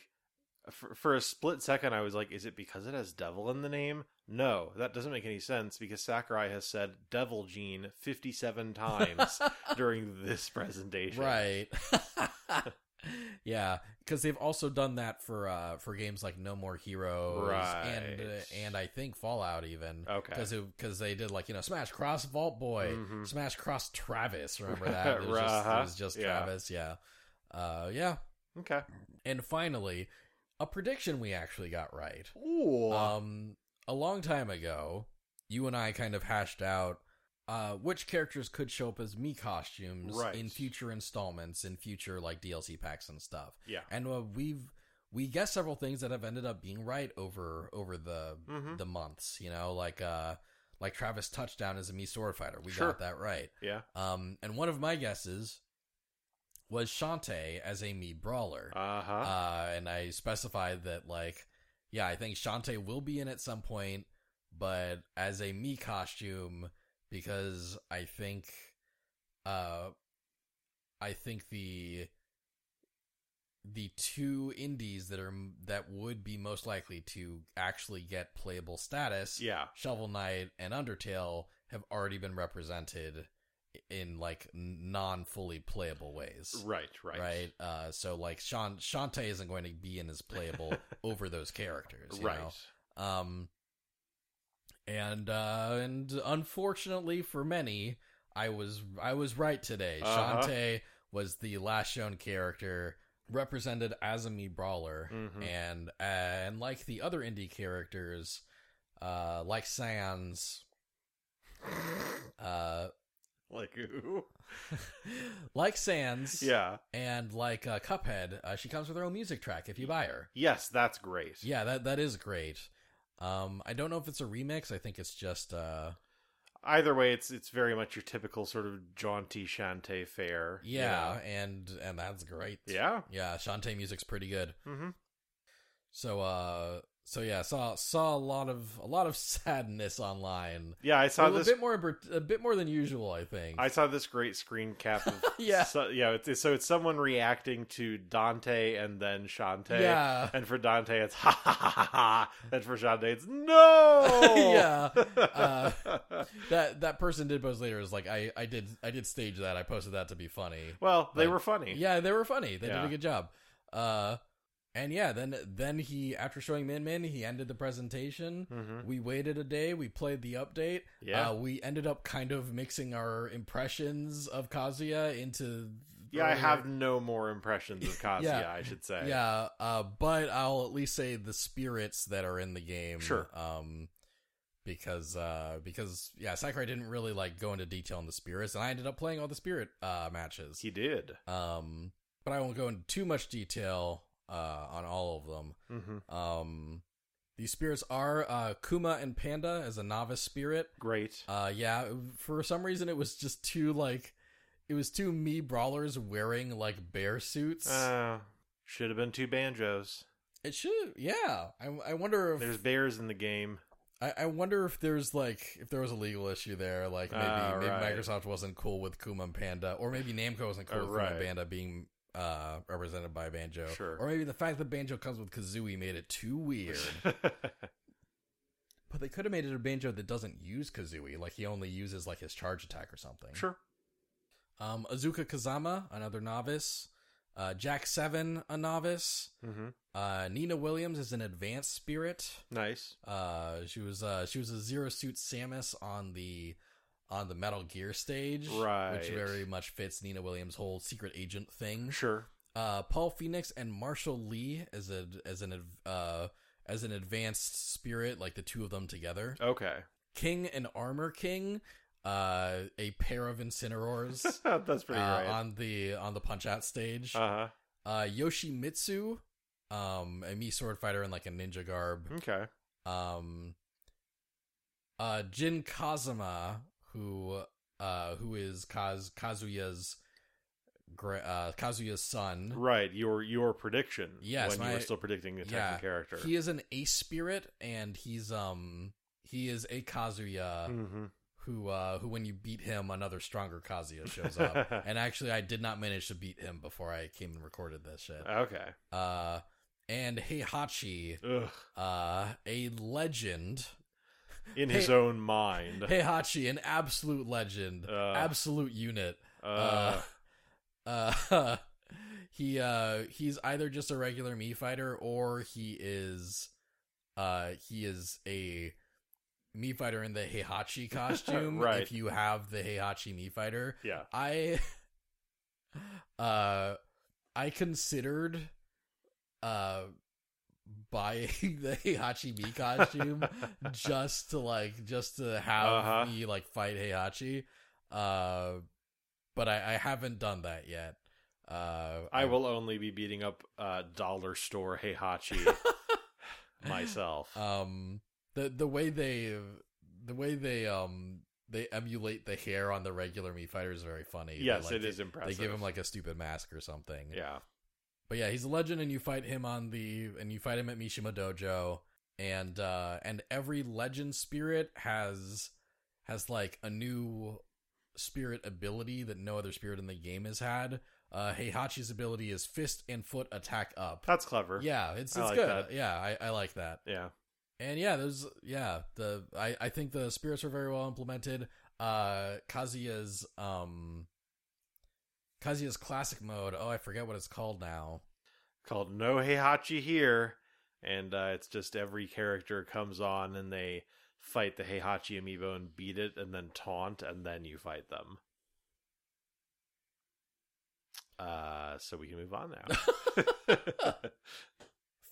for, for a split second I was like is it because it has devil in the name? No, that doesn't make any sense because Sakurai has said devil gene
[laughs]
57 times during this presentation.
right. [laughs] yeah, because they've also done that for uh for games like No More Heroes and uh,
Right.
and I think Fallout even
Okay.
because because they did like you know Smash Cross Vault Boy,
Mhm.
Smash Cross Travis.
[laughs]
Remember that? It was just, it
Uh-huh.
was just
Yeah.
Travis. Yeah. Uh, yeah.
Okay.
And finally, a prediction we actually got right.
Ooh.
Um, a long time ago, you and I kind of hashed out uh, which characters could show up as me costumes
Right.
in future installments, in future like DLC packs and stuff.
yeah.
And uh, we've we guessed several things that have ended up being right over over the
Mhm.
the months. You know, like uh, like Travis touchdown is a me sword fighter. We
Sure.
got that right.
Yeah.
Um, and one of my guesses was Shantae as a me brawler.
Uh-huh.
Uh, and I specified that, like, yeah, I think Shantae will be in at some point, but as a me costume, because I think, uh, I think the the two indies that are that would be most likely to actually get playable status,
yeah.
Shovel Knight and Undertale, have already been represented in like non fully playable ways
Right, right.
right? Uh, so like Sean Shantae isn't going to be in as
[laughs]
playable over those characters, you
Right.
know? Um, and uh, and unfortunately for many, I was I was right today.
Uh-huh.
Shantae was the last shown character represented as a me brawler,
Mhm.
and uh, and like the other indie characters, uh, like
[laughs]
Sans, uh, [laughs]
like who?
like Sans,
Yeah.
and like uh, Cuphead, uh, she comes with her own music track if you buy her.
Yes, that's great.
Yeah, that that is great. Um, I don't know if it's a remix. I think it's just uh,
Either way, it's it's very much your typical sort of jaunty Shantae fare. you
yeah,
know?
and and that's great.
Yeah.
yeah. Shantae music's pretty good.
Mm-hmm.
So uh, so yeah, saw saw a lot of a lot of [laughs] sadness online.
Yeah, I saw
Well,
this.
a bit more abr- a bit more than usual, I think.
I saw this great screen cap. Of,
[laughs] Yeah.
So, yeah. It's, so it's someone reacting to Dante and then Shantae. [laughs]
yeah, [laughs]
And for Dante, it's ha ha ha ha. ha. And for Shantae, it's no.
[laughs] yeah.
[laughs]
Uh, that that person did post later is like I I did I did stage that. I posted that to be funny.
well, they
But-
were funny.
Yeah, they were funny. They did
Yeah.
a good job. Uh, and yeah, then then he after showing Min Min, he ended the presentation.
Mm-hmm.
We waited a day. We played the update.
Yeah.
Uh, we ended up kind of mixing our impressions of Kazuya into.
yeah, I
earlier-
have no more impressions of Kazuya,
Yeah.
I should say.
Yeah, uh, but I'll at least say the spirits that are in the game.
Sure.
Um, because uh, because yeah, Sakurai didn't really like go into detail on the spirits, and I ended up playing all the spirit uh matches.
He did.
Um, but I won't go into too much detail uh, on all of them.
Mm-hmm.
Um, these spirits are uh, Kuma and Panda as a novice spirit.
Great.
Uh, yeah, for some reason it was just too like it was two me brawlers wearing like bear suits.
Uh, should have been two banjos.
it should, yeah. I, I wonder if
There's bears in the game.
I, I wonder if there's like if there was a legal issue there, like maybe,
Ah,
maybe
right.
Microsoft wasn't cool with Kuma and Panda, or maybe Namco wasn't cool
Ah,
with Kuma
right.
and Panda being uh, represented by Banjo,
Sure.
or maybe the fact that Banjo comes with Kazooie made it too
[laughs]
weird. but they could have made it a Banjo that doesn't use Kazooie, like he only uses like his charge attack or something.
sure.
Um, Azuka Kazama, another novice. Uh, Jack Seven, a novice.
Mm-hmm.
Uh, Nina Williams is an advanced spirit.
Nice.
Uh, she was uh, she was a zero suit Samus on the on the Metal Gear stage,
Right.
Which very much fits Nina Williams' whole secret agent thing.
Sure.
Uh, Paul Phoenix and Marshall Lee as a as an adv- uh as an advanced spirit, like the two of them together.
[laughs] Okay.
King and Armor King, uh, a pair of Incineroars
That's
uh,
[laughs] pretty right.
on the on the Punch Out stage. Uh,
Uh
Yoshimitsu, um, a me sword fighter in like a ninja garb.
huh. Okay.
Um, uh, Jin Kazama, who uh, who is Kaz- Kazuya's gra- uh, Kazuya's son.
Right. Your your prediction.
Yes,
When
my-
you were still predicting the type
yeah,
of character.
He is an ace spirit, and he's um he is a Kazuya
mm-hmm.
who uh, who when you beat him, another stronger Kazuya shows
[laughs]
up. and actually, I did not manage to beat him before I came and recorded this shit.
okay.
Uh, and Heihachi,
Ugh.
uh, a legend.
In his
Hey-
own
[laughs]
mind.
Heihachi, an absolute legend,
Uh.
absolute unit.
uh,
uh, [laughs] he uh he's either just a regular me fighter or he is uh he is a me fighter in the
[laughs]
Heihachi costume
Right.
if you have the Heihachi me fighter [laughs]
yeah. [laughs]
i uh i considered uh buying [laughs] the Heihachi me costume just to like just to have
Uh-huh.
me like fight Heihachi. Uh but I, I haven't done that yet. Uh
I will only be beating up uh, dollar store Heihachi
[laughs]
myself.
um the the way they the way they um they emulate the hair on the regular Mii fighter is very funny. They,
yes,
like,
it is
They
impressive.
give him like a stupid mask or something.
yeah,
But yeah, he's a legend and you fight him on the and you fight him at Mishima Dojo and uh and every legend spirit has has like a new spirit ability that no other spirit in the game has had. Uh Heihachi's ability is fist and foot attack up.
that's clever.
Yeah, it's it's
I like
good.
that.
Yeah, I, I like that.
yeah.
And yeah, there's yeah, the I, I think the spirits are very well implemented. Uh Kazuya's um Kazuya's classic mode. Oh, I forget what it's called now.
Called No Heihachi here, and uh, it's just every character comes on and they fight the Heihachi amiibo and beat it, and then taunt, and then you fight them. Uh, so we can move on
[laughs]
now.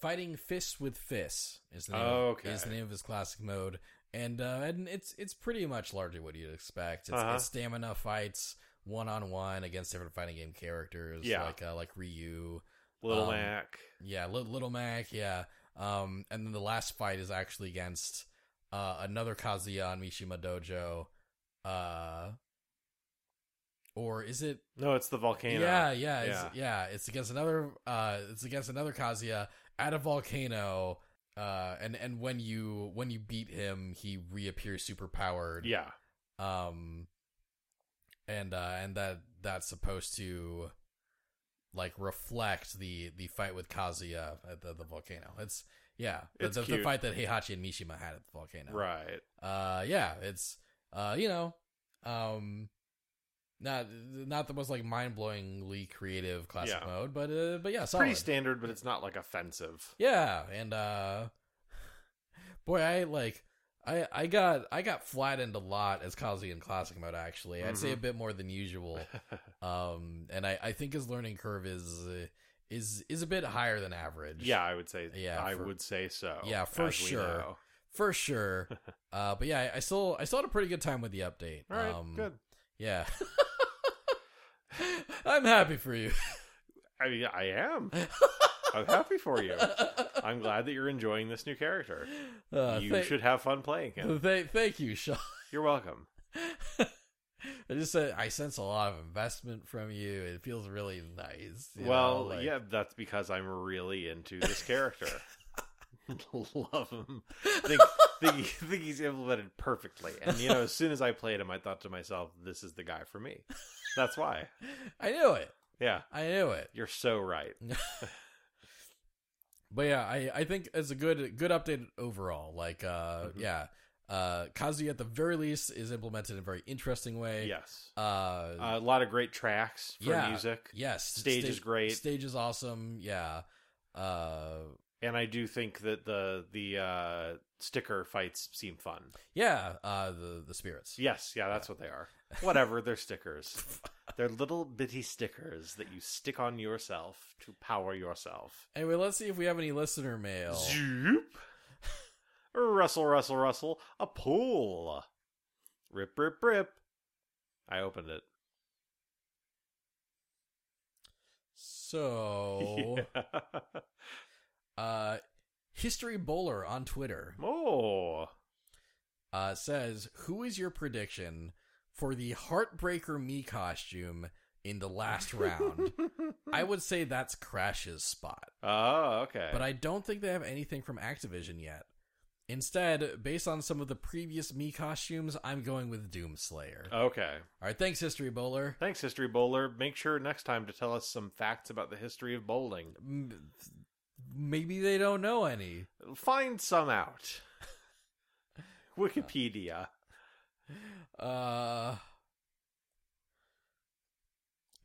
Fighting Fists with Fists is the name,
Oh, Okay.
is the name of his classic mode. And uh and it's it's pretty much largely what you'd expect. It's,
Uh-huh.
it's stamina fights one on one against different fighting game characters
Yeah.
like uh, like Ryu,
Little
Um,
Mac.
Yeah, Li- Little Mac. Yeah. Um, and then the last fight is actually against uh, another Kazuya on Mishima Dojo. Uh, or is it?
No, it's the volcano.
Yeah, yeah, it's, yeah. It's against another. Uh, it's against another Kazuya at a volcano. Uh, and and when you when you beat him, he reappears super powered
Yeah.
um and uh and that that's supposed to like reflect the the fight with Kazuya at the, the volcano. It's yeah, the,
It's
the, the
cute.
fight that Heihachi and Mishima had at the volcano.
Right.
Uh, yeah, it's uh, you know, um, not not the most like mind blowingly creative classic
Yeah.
mode, but uh, but yeah, solid.
Pretty standard, but it's not like offensive.
Yeah, and uh boy, I like I I got I got flattened a lot as Kazuya in classic mode actually. I'd
Mm-hmm.
say a bit more than
[laughs]
usual. Um and I I think his learning curve is uh, is is a bit higher than average.
yeah, I would say.
Yeah,
I
for-
would say so.
Yeah, for
as we
sure.
know.
For
[laughs]
sure. Uh but yeah, I, I still I still had a pretty good time with the update.
All right,
um
good. [laughs]
Yeah. [laughs] I'm happy for you. [laughs]
I mean, I am. I'm happy for you.
[laughs]
I'm glad that you're enjoying this new character.
Uh,
you
thank-
should have fun playing him.
[laughs] thank- thank you, Sean.
You're welcome.
I just said I sense a lot of investment from you. It feels really nice. you
well,
know, like-
yeah, that's because I'm really into this character. Love him. Think, think, think he's implemented perfectly. And you know, as soon as I played him, I thought to myself, "This is the guy for me." That's why.
I knew it.
Yeah,
I knew it.
you're so right.
But yeah, I, I think it's a good good update overall. Like, uh,
Mhm.
yeah, uh, Kazuya at the very least is implemented in a very interesting way.
Yes.
Uh,
a lot of great tracks for
Yeah.
music.
yes.
stage is great.
Stage is awesome. Yeah. Uh,
And I do think that the the uh, sticker fights seem fun.
yeah. Uh, the the spirits.
Yes, yeah, that's what they are. Whatever, they're stickers. They're little bitty stickers that you stick on yourself to power yourself.
Anyway, let's see if we have any listener
[laughs]
mail.
Zoop. Rustle, rustle, rustle. A pool. Rip, rip, rip. I opened it.
So,
[laughs] Yeah.
uh, history bowler on Twitter.
Oh.
uh, says, "Who is your prediction for the Heartbreaker me costume in the last round?" I would say that's Crash's spot,
Oh, okay.
but I don't think they have anything from Activision yet. Instead, based on some of the previous me costumes, I'm going with Doomslayer.
Okay.
All right, thanks, History Bowler.
Thanks, History Bowler. Make sure next time to tell us some facts about the history of bowling.
M- Maybe they don't know any.
Find some out. Wikipedia.
Uh,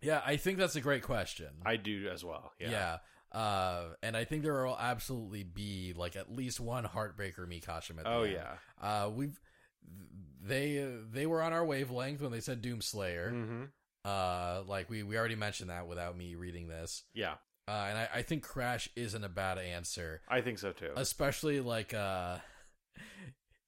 yeah, I think that's a great question.
I do as well. Yeah.
yeah. Uh, and I think there will absolutely be like at least one heartbreaker me costume at the
Oh
end.
yeah.
Uh, we've they they were on our wavelength when they said Doomslayer.
hmm
Uh, like we we already mentioned that without me reading this.
Yeah.
Uh, and I, I think Crash isn't a bad answer,
I think so too.
[laughs] especially like uh,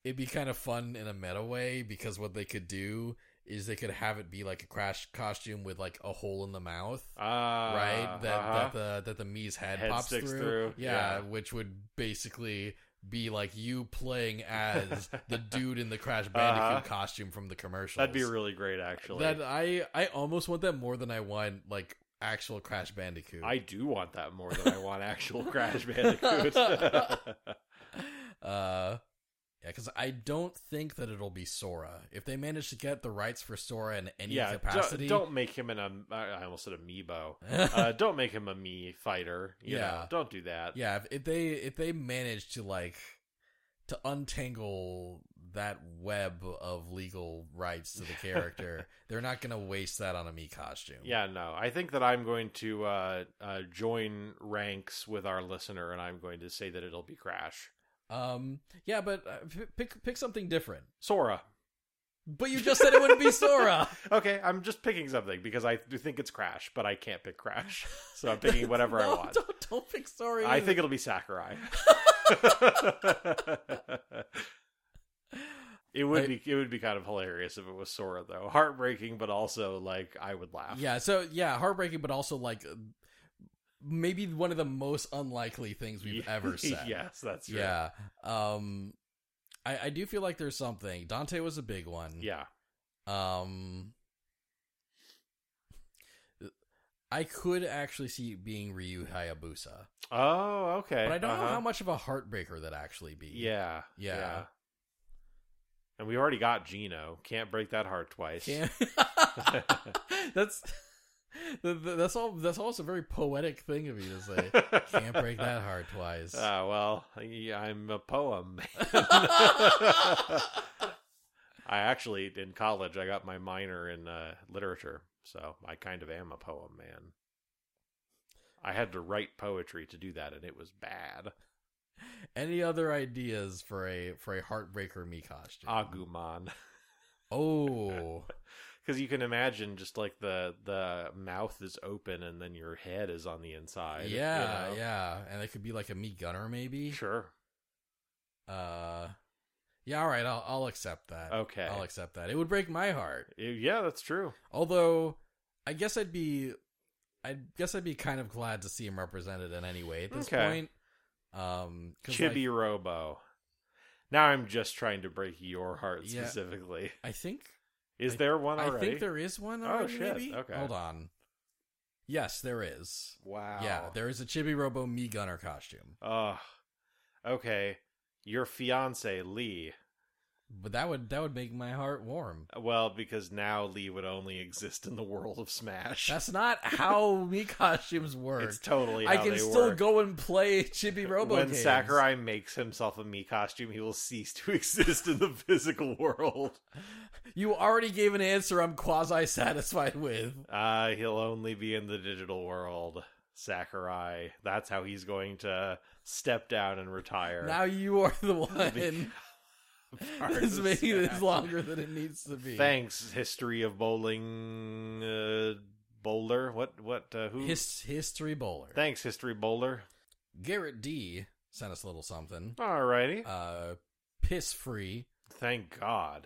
it'd be kind of fun in a meta way because what they could do is they could have it be like a Crash costume with like a hole in the mouth.
Ah,
Right, that,
uh-huh.
that the that the Mii's head,
Head
pops
sticks
through,
through,
Yeah,
yeah.
which would basically be like you playing as
[laughs]
the dude in the Crash Bandicoot
Uh-huh.
costume from the commercials.
That'd be really great, actually.
That uh, I I almost want that more than I want like actual Crash Bandicoot.
I do want that more than I
[laughs]
want actual Crash Bandicoot. I
uh yeah, because I don't think that it'll be Sora. If they manage to get the rights for Sora in [laughs] any
yeah, don't-
capacity, [laughs]
Don't, make him an um, I I almost said amiibo. uh, don't make him a me fighter. You
Yeah.
know, don't do that.
yeah, if, if they if they manage to like to untangle that web of legal rights to the
[laughs]
character, they're not gonna waste that on a me costume.
Yeah, no. I think that I'm going to uh, uh, join ranks with our listener, and I'm going to say that it'll be Crash
Um. Yeah, but uh, p- pick pick something different.
Sora.
But you just said it wouldn't be
[laughs]
Sora.
Okay, I'm just picking something because I do think it's Crash, but I can't pick Crash, so
[laughs]
I'm picking whatever I
No,
want.
Don't, don't pick Sora.
I
either.
think it'll
[laughs]
be Sakurai. it would
I-
be it would be kind of hilarious if it was Sora though. Heartbreaking, but also like I would laugh.
Yeah, so yeah, heartbreaking, but also like uh, maybe one of the most unlikely things
[laughs]
we've ever said.
yes, that's true.
yeah. Um, I I do feel like there's something. Dante was a big one.
Yeah.
Um, I could actually see it being Ryu Hayabusa,
Oh, okay.
but I don't know
Uh-huh.
how much of a heartbreaker that actually be.
Yeah.
Yeah.
And we already got Gino. Can't break that heart
[laughs]
twice. [laughs]
Can- that's th- th- that's all. That's also a very poetic thing of you to say.
[laughs]
Can't break that heart twice.
Ah, well, yeah, I'm a poem. [laughs] I actually, in college, I got my minor in uh, literature, so I kind of am a poem man. I had to write poetry to do that, and it was bad.
Any other ideas for a for a heartbreaker me costume?
Agumon, [laughs]
oh,
because you can imagine just like the the mouth is open, and then your head is on the inside. you
yeah,
know?
yeah, and it could be like a me gunner maybe.
sure,
Uh, yeah, all right, I'll I'll accept that.
okay,
I'll accept that. It would break my heart.
yeah, that's true.
Although, I guess I'd be, I guess I'd be kind of glad to see him represented in any way at this
Okay.
point. Um, 'cause, like,
Chibi Robo. Now I'm just trying to break your heart
Yeah.
specifically.
I think
Is
I-
there one already?
I think there is one.
Oh,
Already,
shit,
Maybe?
okay.
Hold on. Yes, there is.
Wow.
Yeah, there is a Chibi Robo me gunner costume,
Oh, okay. Your fiance Lee.
but that would that would make my heart warm.
Well, because now Lee would only exist in the world of Smash.
That's not how [laughs] me costumes work.
it's totally. How
I can
they
still
work.
go and play Chibi Robo
When
games.
Sakurai makes himself a Mii costume, he will cease to [laughs] exist in the physical world.
You already gave an answer I'm quasi satisfied with.
Uh, he'll only be in the digital world. Sakurai. That's how he's going to step down and retire.
Now you are the
[laughs] Be-
one
Part
that's
of
making this
Smash.
longer than it needs to be.
Thanks, history of bowling uh, bowler. What what uh, who?
His- history bowler.
Thanks, history bowler.
Garrett D sent us a little something.
Alrighty.
Uh, piss free.
Thank God.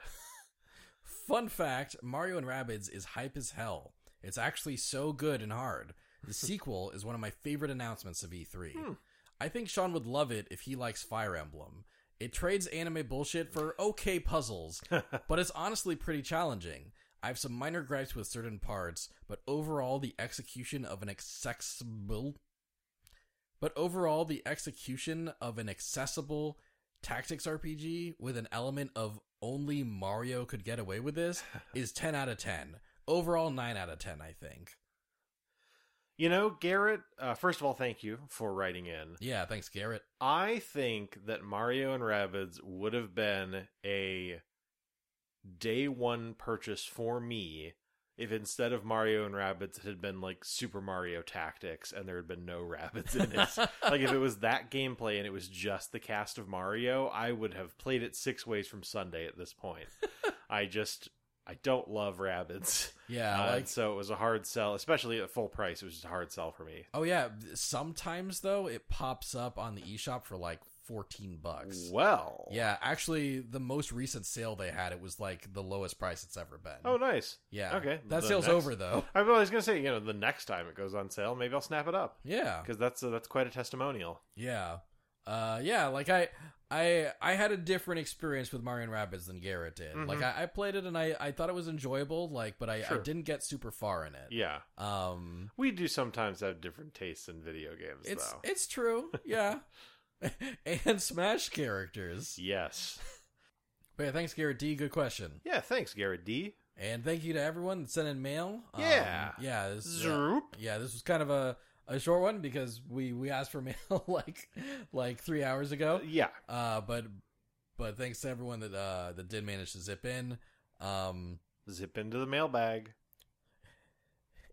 Fun fact Mario and Rabbids is hype as hell. It's actually so good and hard. The sequel is one of my favorite announcements of E3.
Hmm.
I think Sean would love it if he likes Fire Emblem. It trades anime bullshit for okay puzzles, but it's honestly pretty challenging. I have some minor gripes with certain parts, but overall the execution of an accessible but overall the execution of an accessible tactics RPG with an element of only Mario could get away with
[laughs]
this is 10 out of 10. Overall, 9 out of 10, I think.
You know, Garrett, uh, first of all, thank you for writing in.
Yeah, thanks, Garrett.
I think that Mario and Rabbids would have been a day one purchase for me if instead of Mario and Rabbids it had been like Super Mario Tactics and there had been no Rabbids in [laughs] it. like if it was that gameplay and it was just the cast of Mario, I would have played it six ways from Sunday at this point. I just I don't
[laughs]
love Rabbids.
[laughs] yeah,
Uh,
like,
so it was a hard sell, especially at full price. It was just a hard sell for me.
oh yeah, sometimes though, it pops up on the eShop for like 14 bucks.
Well,
Yeah, actually, the most recent sale they had, it was like the lowest price it's ever been.
Oh, nice.
yeah.
okay,
That
the
sale's
next-
over though. [laughs]
I was gonna say, you know, the next time it goes on sale, maybe I'll snap it up
Yeah.
because that's uh, that's quite a testimonial.
Yeah. Uh yeah, like I I I had a different experience with Mario and Rabbids than Garrett did.
Mhm.
Like I, I played it and I, I thought it was enjoyable, like but I, I
Sure.
didn't get super far in it.
Yeah,
Um
we do sometimes have different tastes in video games,
it's
though.
it's true,
[laughs]
yeah. [laughs] and Smash characters.
yes.
But yeah, thanks Garrett D, good question.
Yeah. Thanks, Garrett D.
And thank you to everyone that sent in mail. Um,
Yeah.
yeah, this is, uh,
Zoop.
yeah, this was kind of a, a short one because we, we asked for [laughs] mail like like three hours ago.
Yeah.
Uh, but but thanks to everyone that uh that did manage to zip in. Um,
Zip into the mailbag.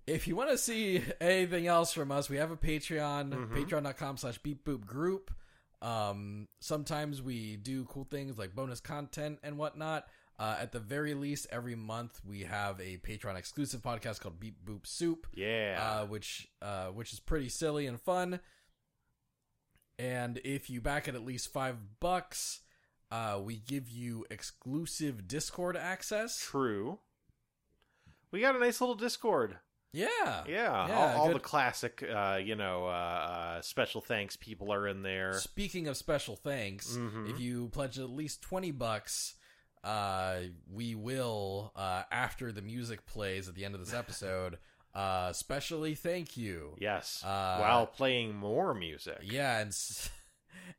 if you want to see anything else from us, we have a Patreon,
Mhm.
patreon.com slash beepboop group. Um, sometimes we do cool things like bonus content and whatnot. Uh, at the very least, every month we have a Patreon exclusive podcast called Beep Boop Soup.
Yeah.
uh, which uh, which is pretty silly and fun. And if you back it at least five bucks, uh, we give you exclusive Discord access.
True. We got a nice little Discord.
Yeah,
Yeah,
Yeah,
all, all
good-
the classic, uh, you know, uh, uh, special thanks people are in there.
Speaking of special thanks,
Mhm.
if you pledge at least twenty bucks, uh, we will uh, after the music plays at the end of
[laughs]
this episode. uh, specially thank you.
Yes,
Uh,
while playing more music.
Yeah, and s-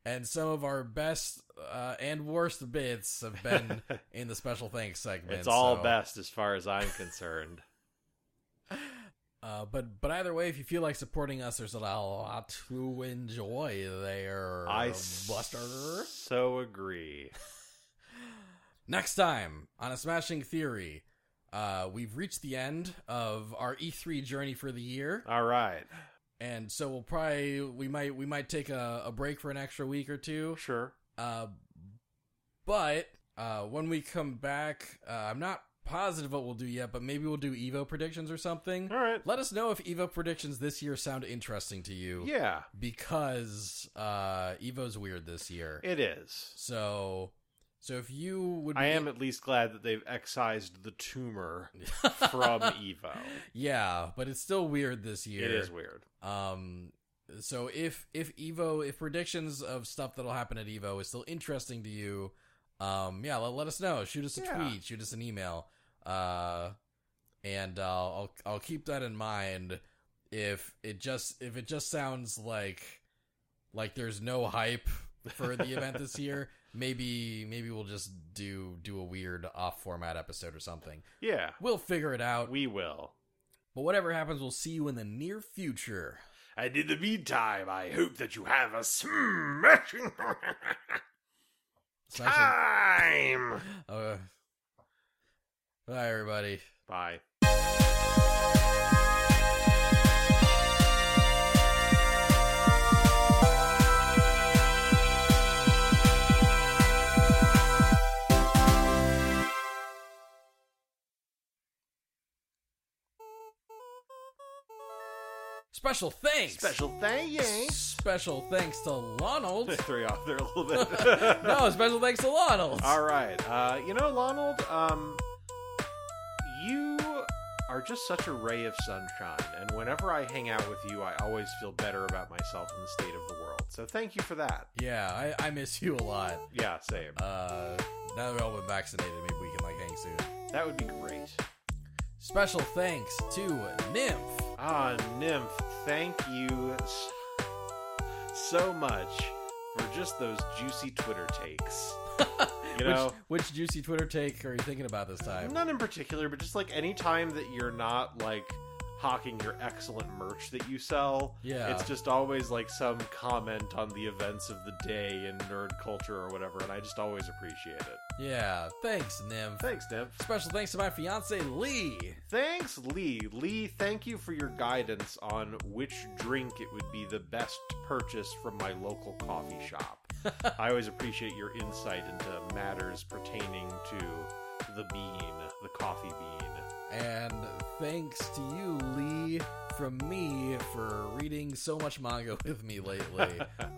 and some of our best uh, and worst bits have
[laughs]
been in the special thanks segment.
it's all
so-
best as far as I'm concerned.
[laughs] Uh, but but either way, if you feel like supporting us, there's a lot to enjoy there.
I
Buster.
s- so agree.
Next time on a smashing theory, uh, we've reached the end of our E3 journey for the year,
All right,
and so we'll probably we might we might take a, a break for an extra week or two.
sure.
Uh, but uh, when we come back, uh, I'm not positive what we'll do yet, but maybe we'll do Evo predictions or something.
All right.
Let us know if Evo predictions this year sound interesting to you.
Yeah,
Because uh, Evo's weird this year.
it is.
so, so if you would, be
I am at least glad that they've excised
[laughs]
the tumor from Evo.
yeah, but it's still weird this year.
It is weird.
Um, so if if Evo, if predictions of stuff that'll happen at Evo is still interesting to you, um, yeah, let, let us know. Shoot us a
Yeah.
tweet, shoot us an email, uh, and uh, I'll I'll keep that in mind. If it just if it just sounds like like there's no hype for the event
[laughs]
this year, maybe maybe we'll just do do a weird off format episode or something.
Yeah,
We'll figure it out.
we will.
But whatever happens, we'll see you in the near future.
And in the meantime, I hope that you have a smashing [laughs]
Smashing-
time.
Uh, bye, everybody.
Bye.
Special thanks.
Special thanks. [laughs]
Special thanks to Lonald.
Throw you off there a little bit. [laughs]
no, special thanks to Lonald.
All right. Uh, you know, Lonald, um, you are just such a ray of sunshine, and whenever I hang out with you, I always feel better about myself and the state of the world. So thank you for that.
Yeah, I, I miss you a lot.
Yeah, same.
Uh, now that we've all been vaccinated, maybe we can like hang soon.
That would be great.
Special thanks to Nymph.
Ah, Nymph, thank you s- so much for just those juicy Twitter takes. You know,
which, which juicy Twitter take are you thinking about this time?
Not in particular, but just like any time that you're not like hawking your excellent merch that you sell.
Yeah.
It's just always like some comment on the events of the day in nerd culture or whatever, and I just always appreciate it.
yeah. Thanks, Nymph.
Thanks, Nymph.
Special thanks to my fiance Lee.
Thanks, Lee. Lee, thank you for your guidance on which drink it would be the best purchase from my local coffee shop.
[laughs]
I always appreciate your insight into matters pertaining to the bean, the coffee bean.
And thanks to you, Lee, from me for reading so much manga [laughs] with me
[laughs]
lately.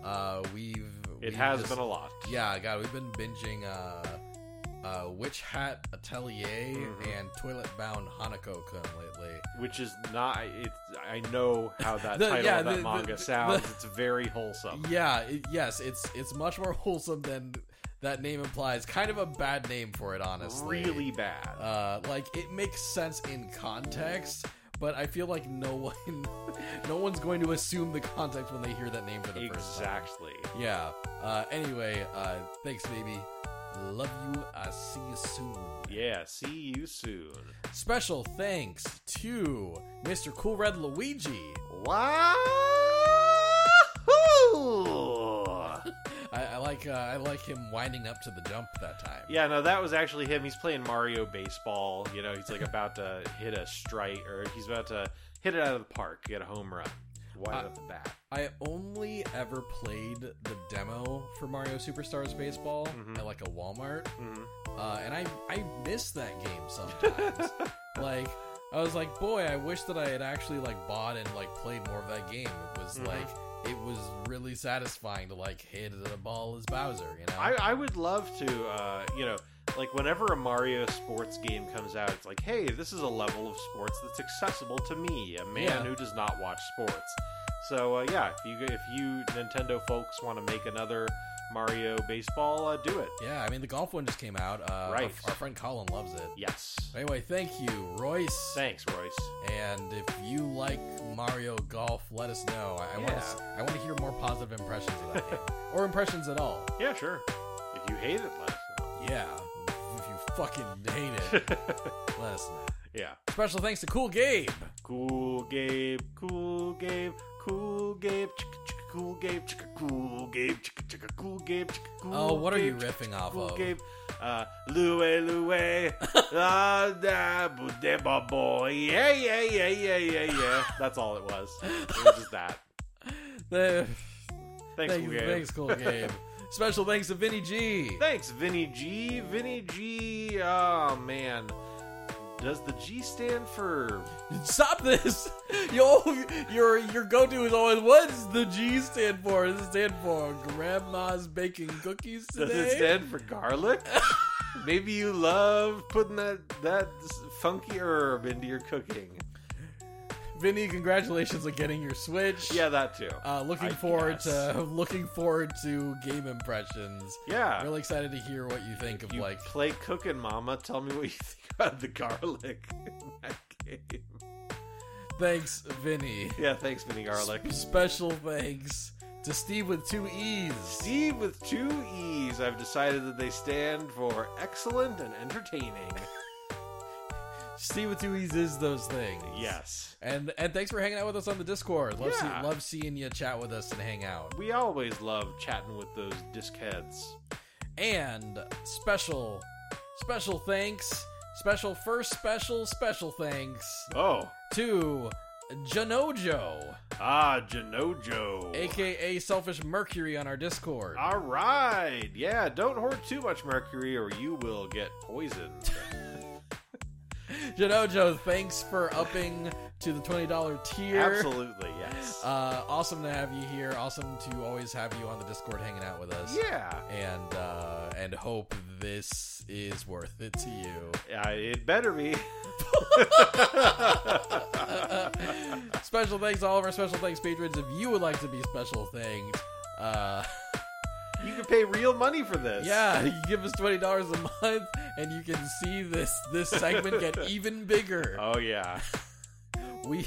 uh, we've
It
we've
has
just-
been a lot.
yeah, God, we've been binging uh, uh, Witch Hat Atelier
Mhm.
and Toilet Bound Hanako Kun lately.
Which is not. It's, I know how
[laughs]
that
The-
title
yeah,
of that
the-
manga
the- [laughs]
sounds.
the-
it's very wholesome.
Yeah, it, yes, it's it's much more [laughs] wholesome than that name implies. Kind of a bad name for it, honestly.
Really bad.
uh, like it makes sense in context, but I feel like no one, [laughs] no one's going to assume the context when they hear that name for the first time.
exactly.
Yeah. Uh, anyway, uh, thanks, baby. Love you. I see you soon.
Yeah. See you soon.
Special thanks to Mr. Cool Red Luigi.
Wahoo!
I, I like uh, I like him winding up to the jump that time.
Yeah, no, that was actually him. He's playing Mario baseball. You know, he's like about to hit a strike, or he's about to hit it out of the park, get a home run, wide
Uh,
out the bat.
I only ever played the demo for Mario Superstars Baseball
Mhm.
at like a Walmart.
hmm
uh, and I I miss that game
[laughs]
sometimes. like I was like, boy, I wish that I had actually like bought and like played more of that game. It was
Mhm.
like it was really satisfying to like hit the ball as Bowser, you know.
I, I would love to, uh, you know, like whenever a Mario sports game comes out, it's like, hey, this is a level of sports that's accessible to me, a man
Yeah.
who does not watch sports. So uh, yeah, if you if you Nintendo folks want to make another Mario baseball, uh, do it.
yeah, I mean the golf one just came out. Uh,
Right.
Our, our friend Colin loves it.
Yes.
Anyway, thank you, Royce.
Thanks, Royce.
and if you like Mario Golf, let us know. I, I want
Yeah.
to I want to hear more positive impressions of
[laughs]
that game, or impressions at all.
Yeah, sure. If you hate it, let us know.
Yeah, if you fucking hate
[laughs]
it, let us know.
yeah.
Special thanks to Cool Gabe.
Cool Gabe, cool Gabe, cool Gabe, chicka, chicka, cool Gabe, chicka, cool Gabe, chicka, chicka, cool Gabe, chicka, cool
Oh, what are you
Gabe,
riffing off
cool
of? [laughs]
Gabe. Uh, Lue, Lue, la da bu de ba boy. Yeah, yeah, yeah, yeah, yeah, yeah. That's all it was. It was
[laughs]
just that.
The-
Thanks, cool Gabe.
thanks, Cool
[laughs]
Gabe. Special thanks to Vinny G.
Thanks, Vinny G. Vinny G. Oh, man. Does the G stand for
Stop this! [laughs] Yo, your your go to is always what does the G stand for? Does it stand for Grandma's baking cookies today?
Does it stand for
[laughs]
garlic? Maybe you love putting that that funky herb into your cooking.
Vinny, congratulations on getting your Switch.
Yeah, that too.
Uh, looking
I
forward
guess.
to [laughs] looking forward to game impressions.
yeah.
Really excited to hear what you think of
you
like
play cooking, Mama. Tell me what you [laughs] think about the garlic [laughs] in that game.
thanks, Vinny.
Yeah, thanks, Vinny Garlic.
Special thanks to Steve with two E's.
Steve with two E's. I've decided that they stand for excellent and entertaining.
Steve with two E's is those things.
[laughs] Yes.
And and thanks for hanging out with us on the Discord. Love
Yeah.
see, love seeing you chat with us and hang out.
We always love chatting with those disc heads.
And special special thanks, special first special special thanks
Oh.
to Janojo,
Ah, Janojo.
aka Selfish Mercury on our Discord.
All right. Yeah, don't hoard too much mercury or you will get poisoned. [laughs]
Janojo, thanks for upping to the $20 tier.
Absolutely, yes.
Uh, awesome to have you here. Awesome to always have you on the Discord hanging out with us.
yeah.
and uh, and hope this is worth it to
[laughs]
you.
Uh, it better be. [laughs]
special thanks to all of our special thanks patrons. If you would like to be special thanked, uh,
you can pay real money for this. [laughs]
yeah, you give us twenty dollars a month, and you can see
[laughs] Um,
this this segment get even bigger.
Oh, yeah.
We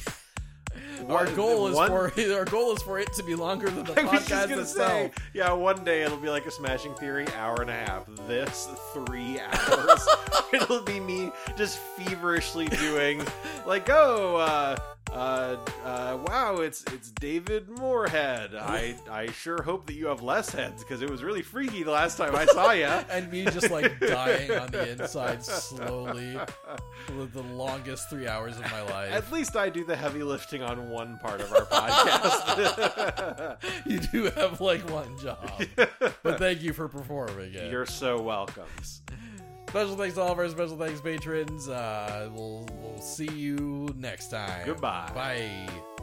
Oh, Our
One-
goal is
one-
for [laughs] our goal is for it to be longer than the
[laughs] I was just
podcast
gonna
itself.
say, yeah, one day it'll be like a Smashing Theory hour and a half. This three [laughs] hours, it'll be me just feverishly doing, like, oh, uh, uh, uh, wow, it's it's David Moorhead. I I sure hope that you have less heads because it was really freaky the last time I saw
[laughs]
you.
and me just like dying on the inside slowly for the longest three hours of my life.
At least I do the heavy lifting on one part of our podcast.
[laughs] You do have like one
[laughs]
job, but thank you for performing it.
You're so welcome.
Special thanks to all of our special thanks patrons. Uh, we'll we'll see you next time.
Goodbye.
Bye.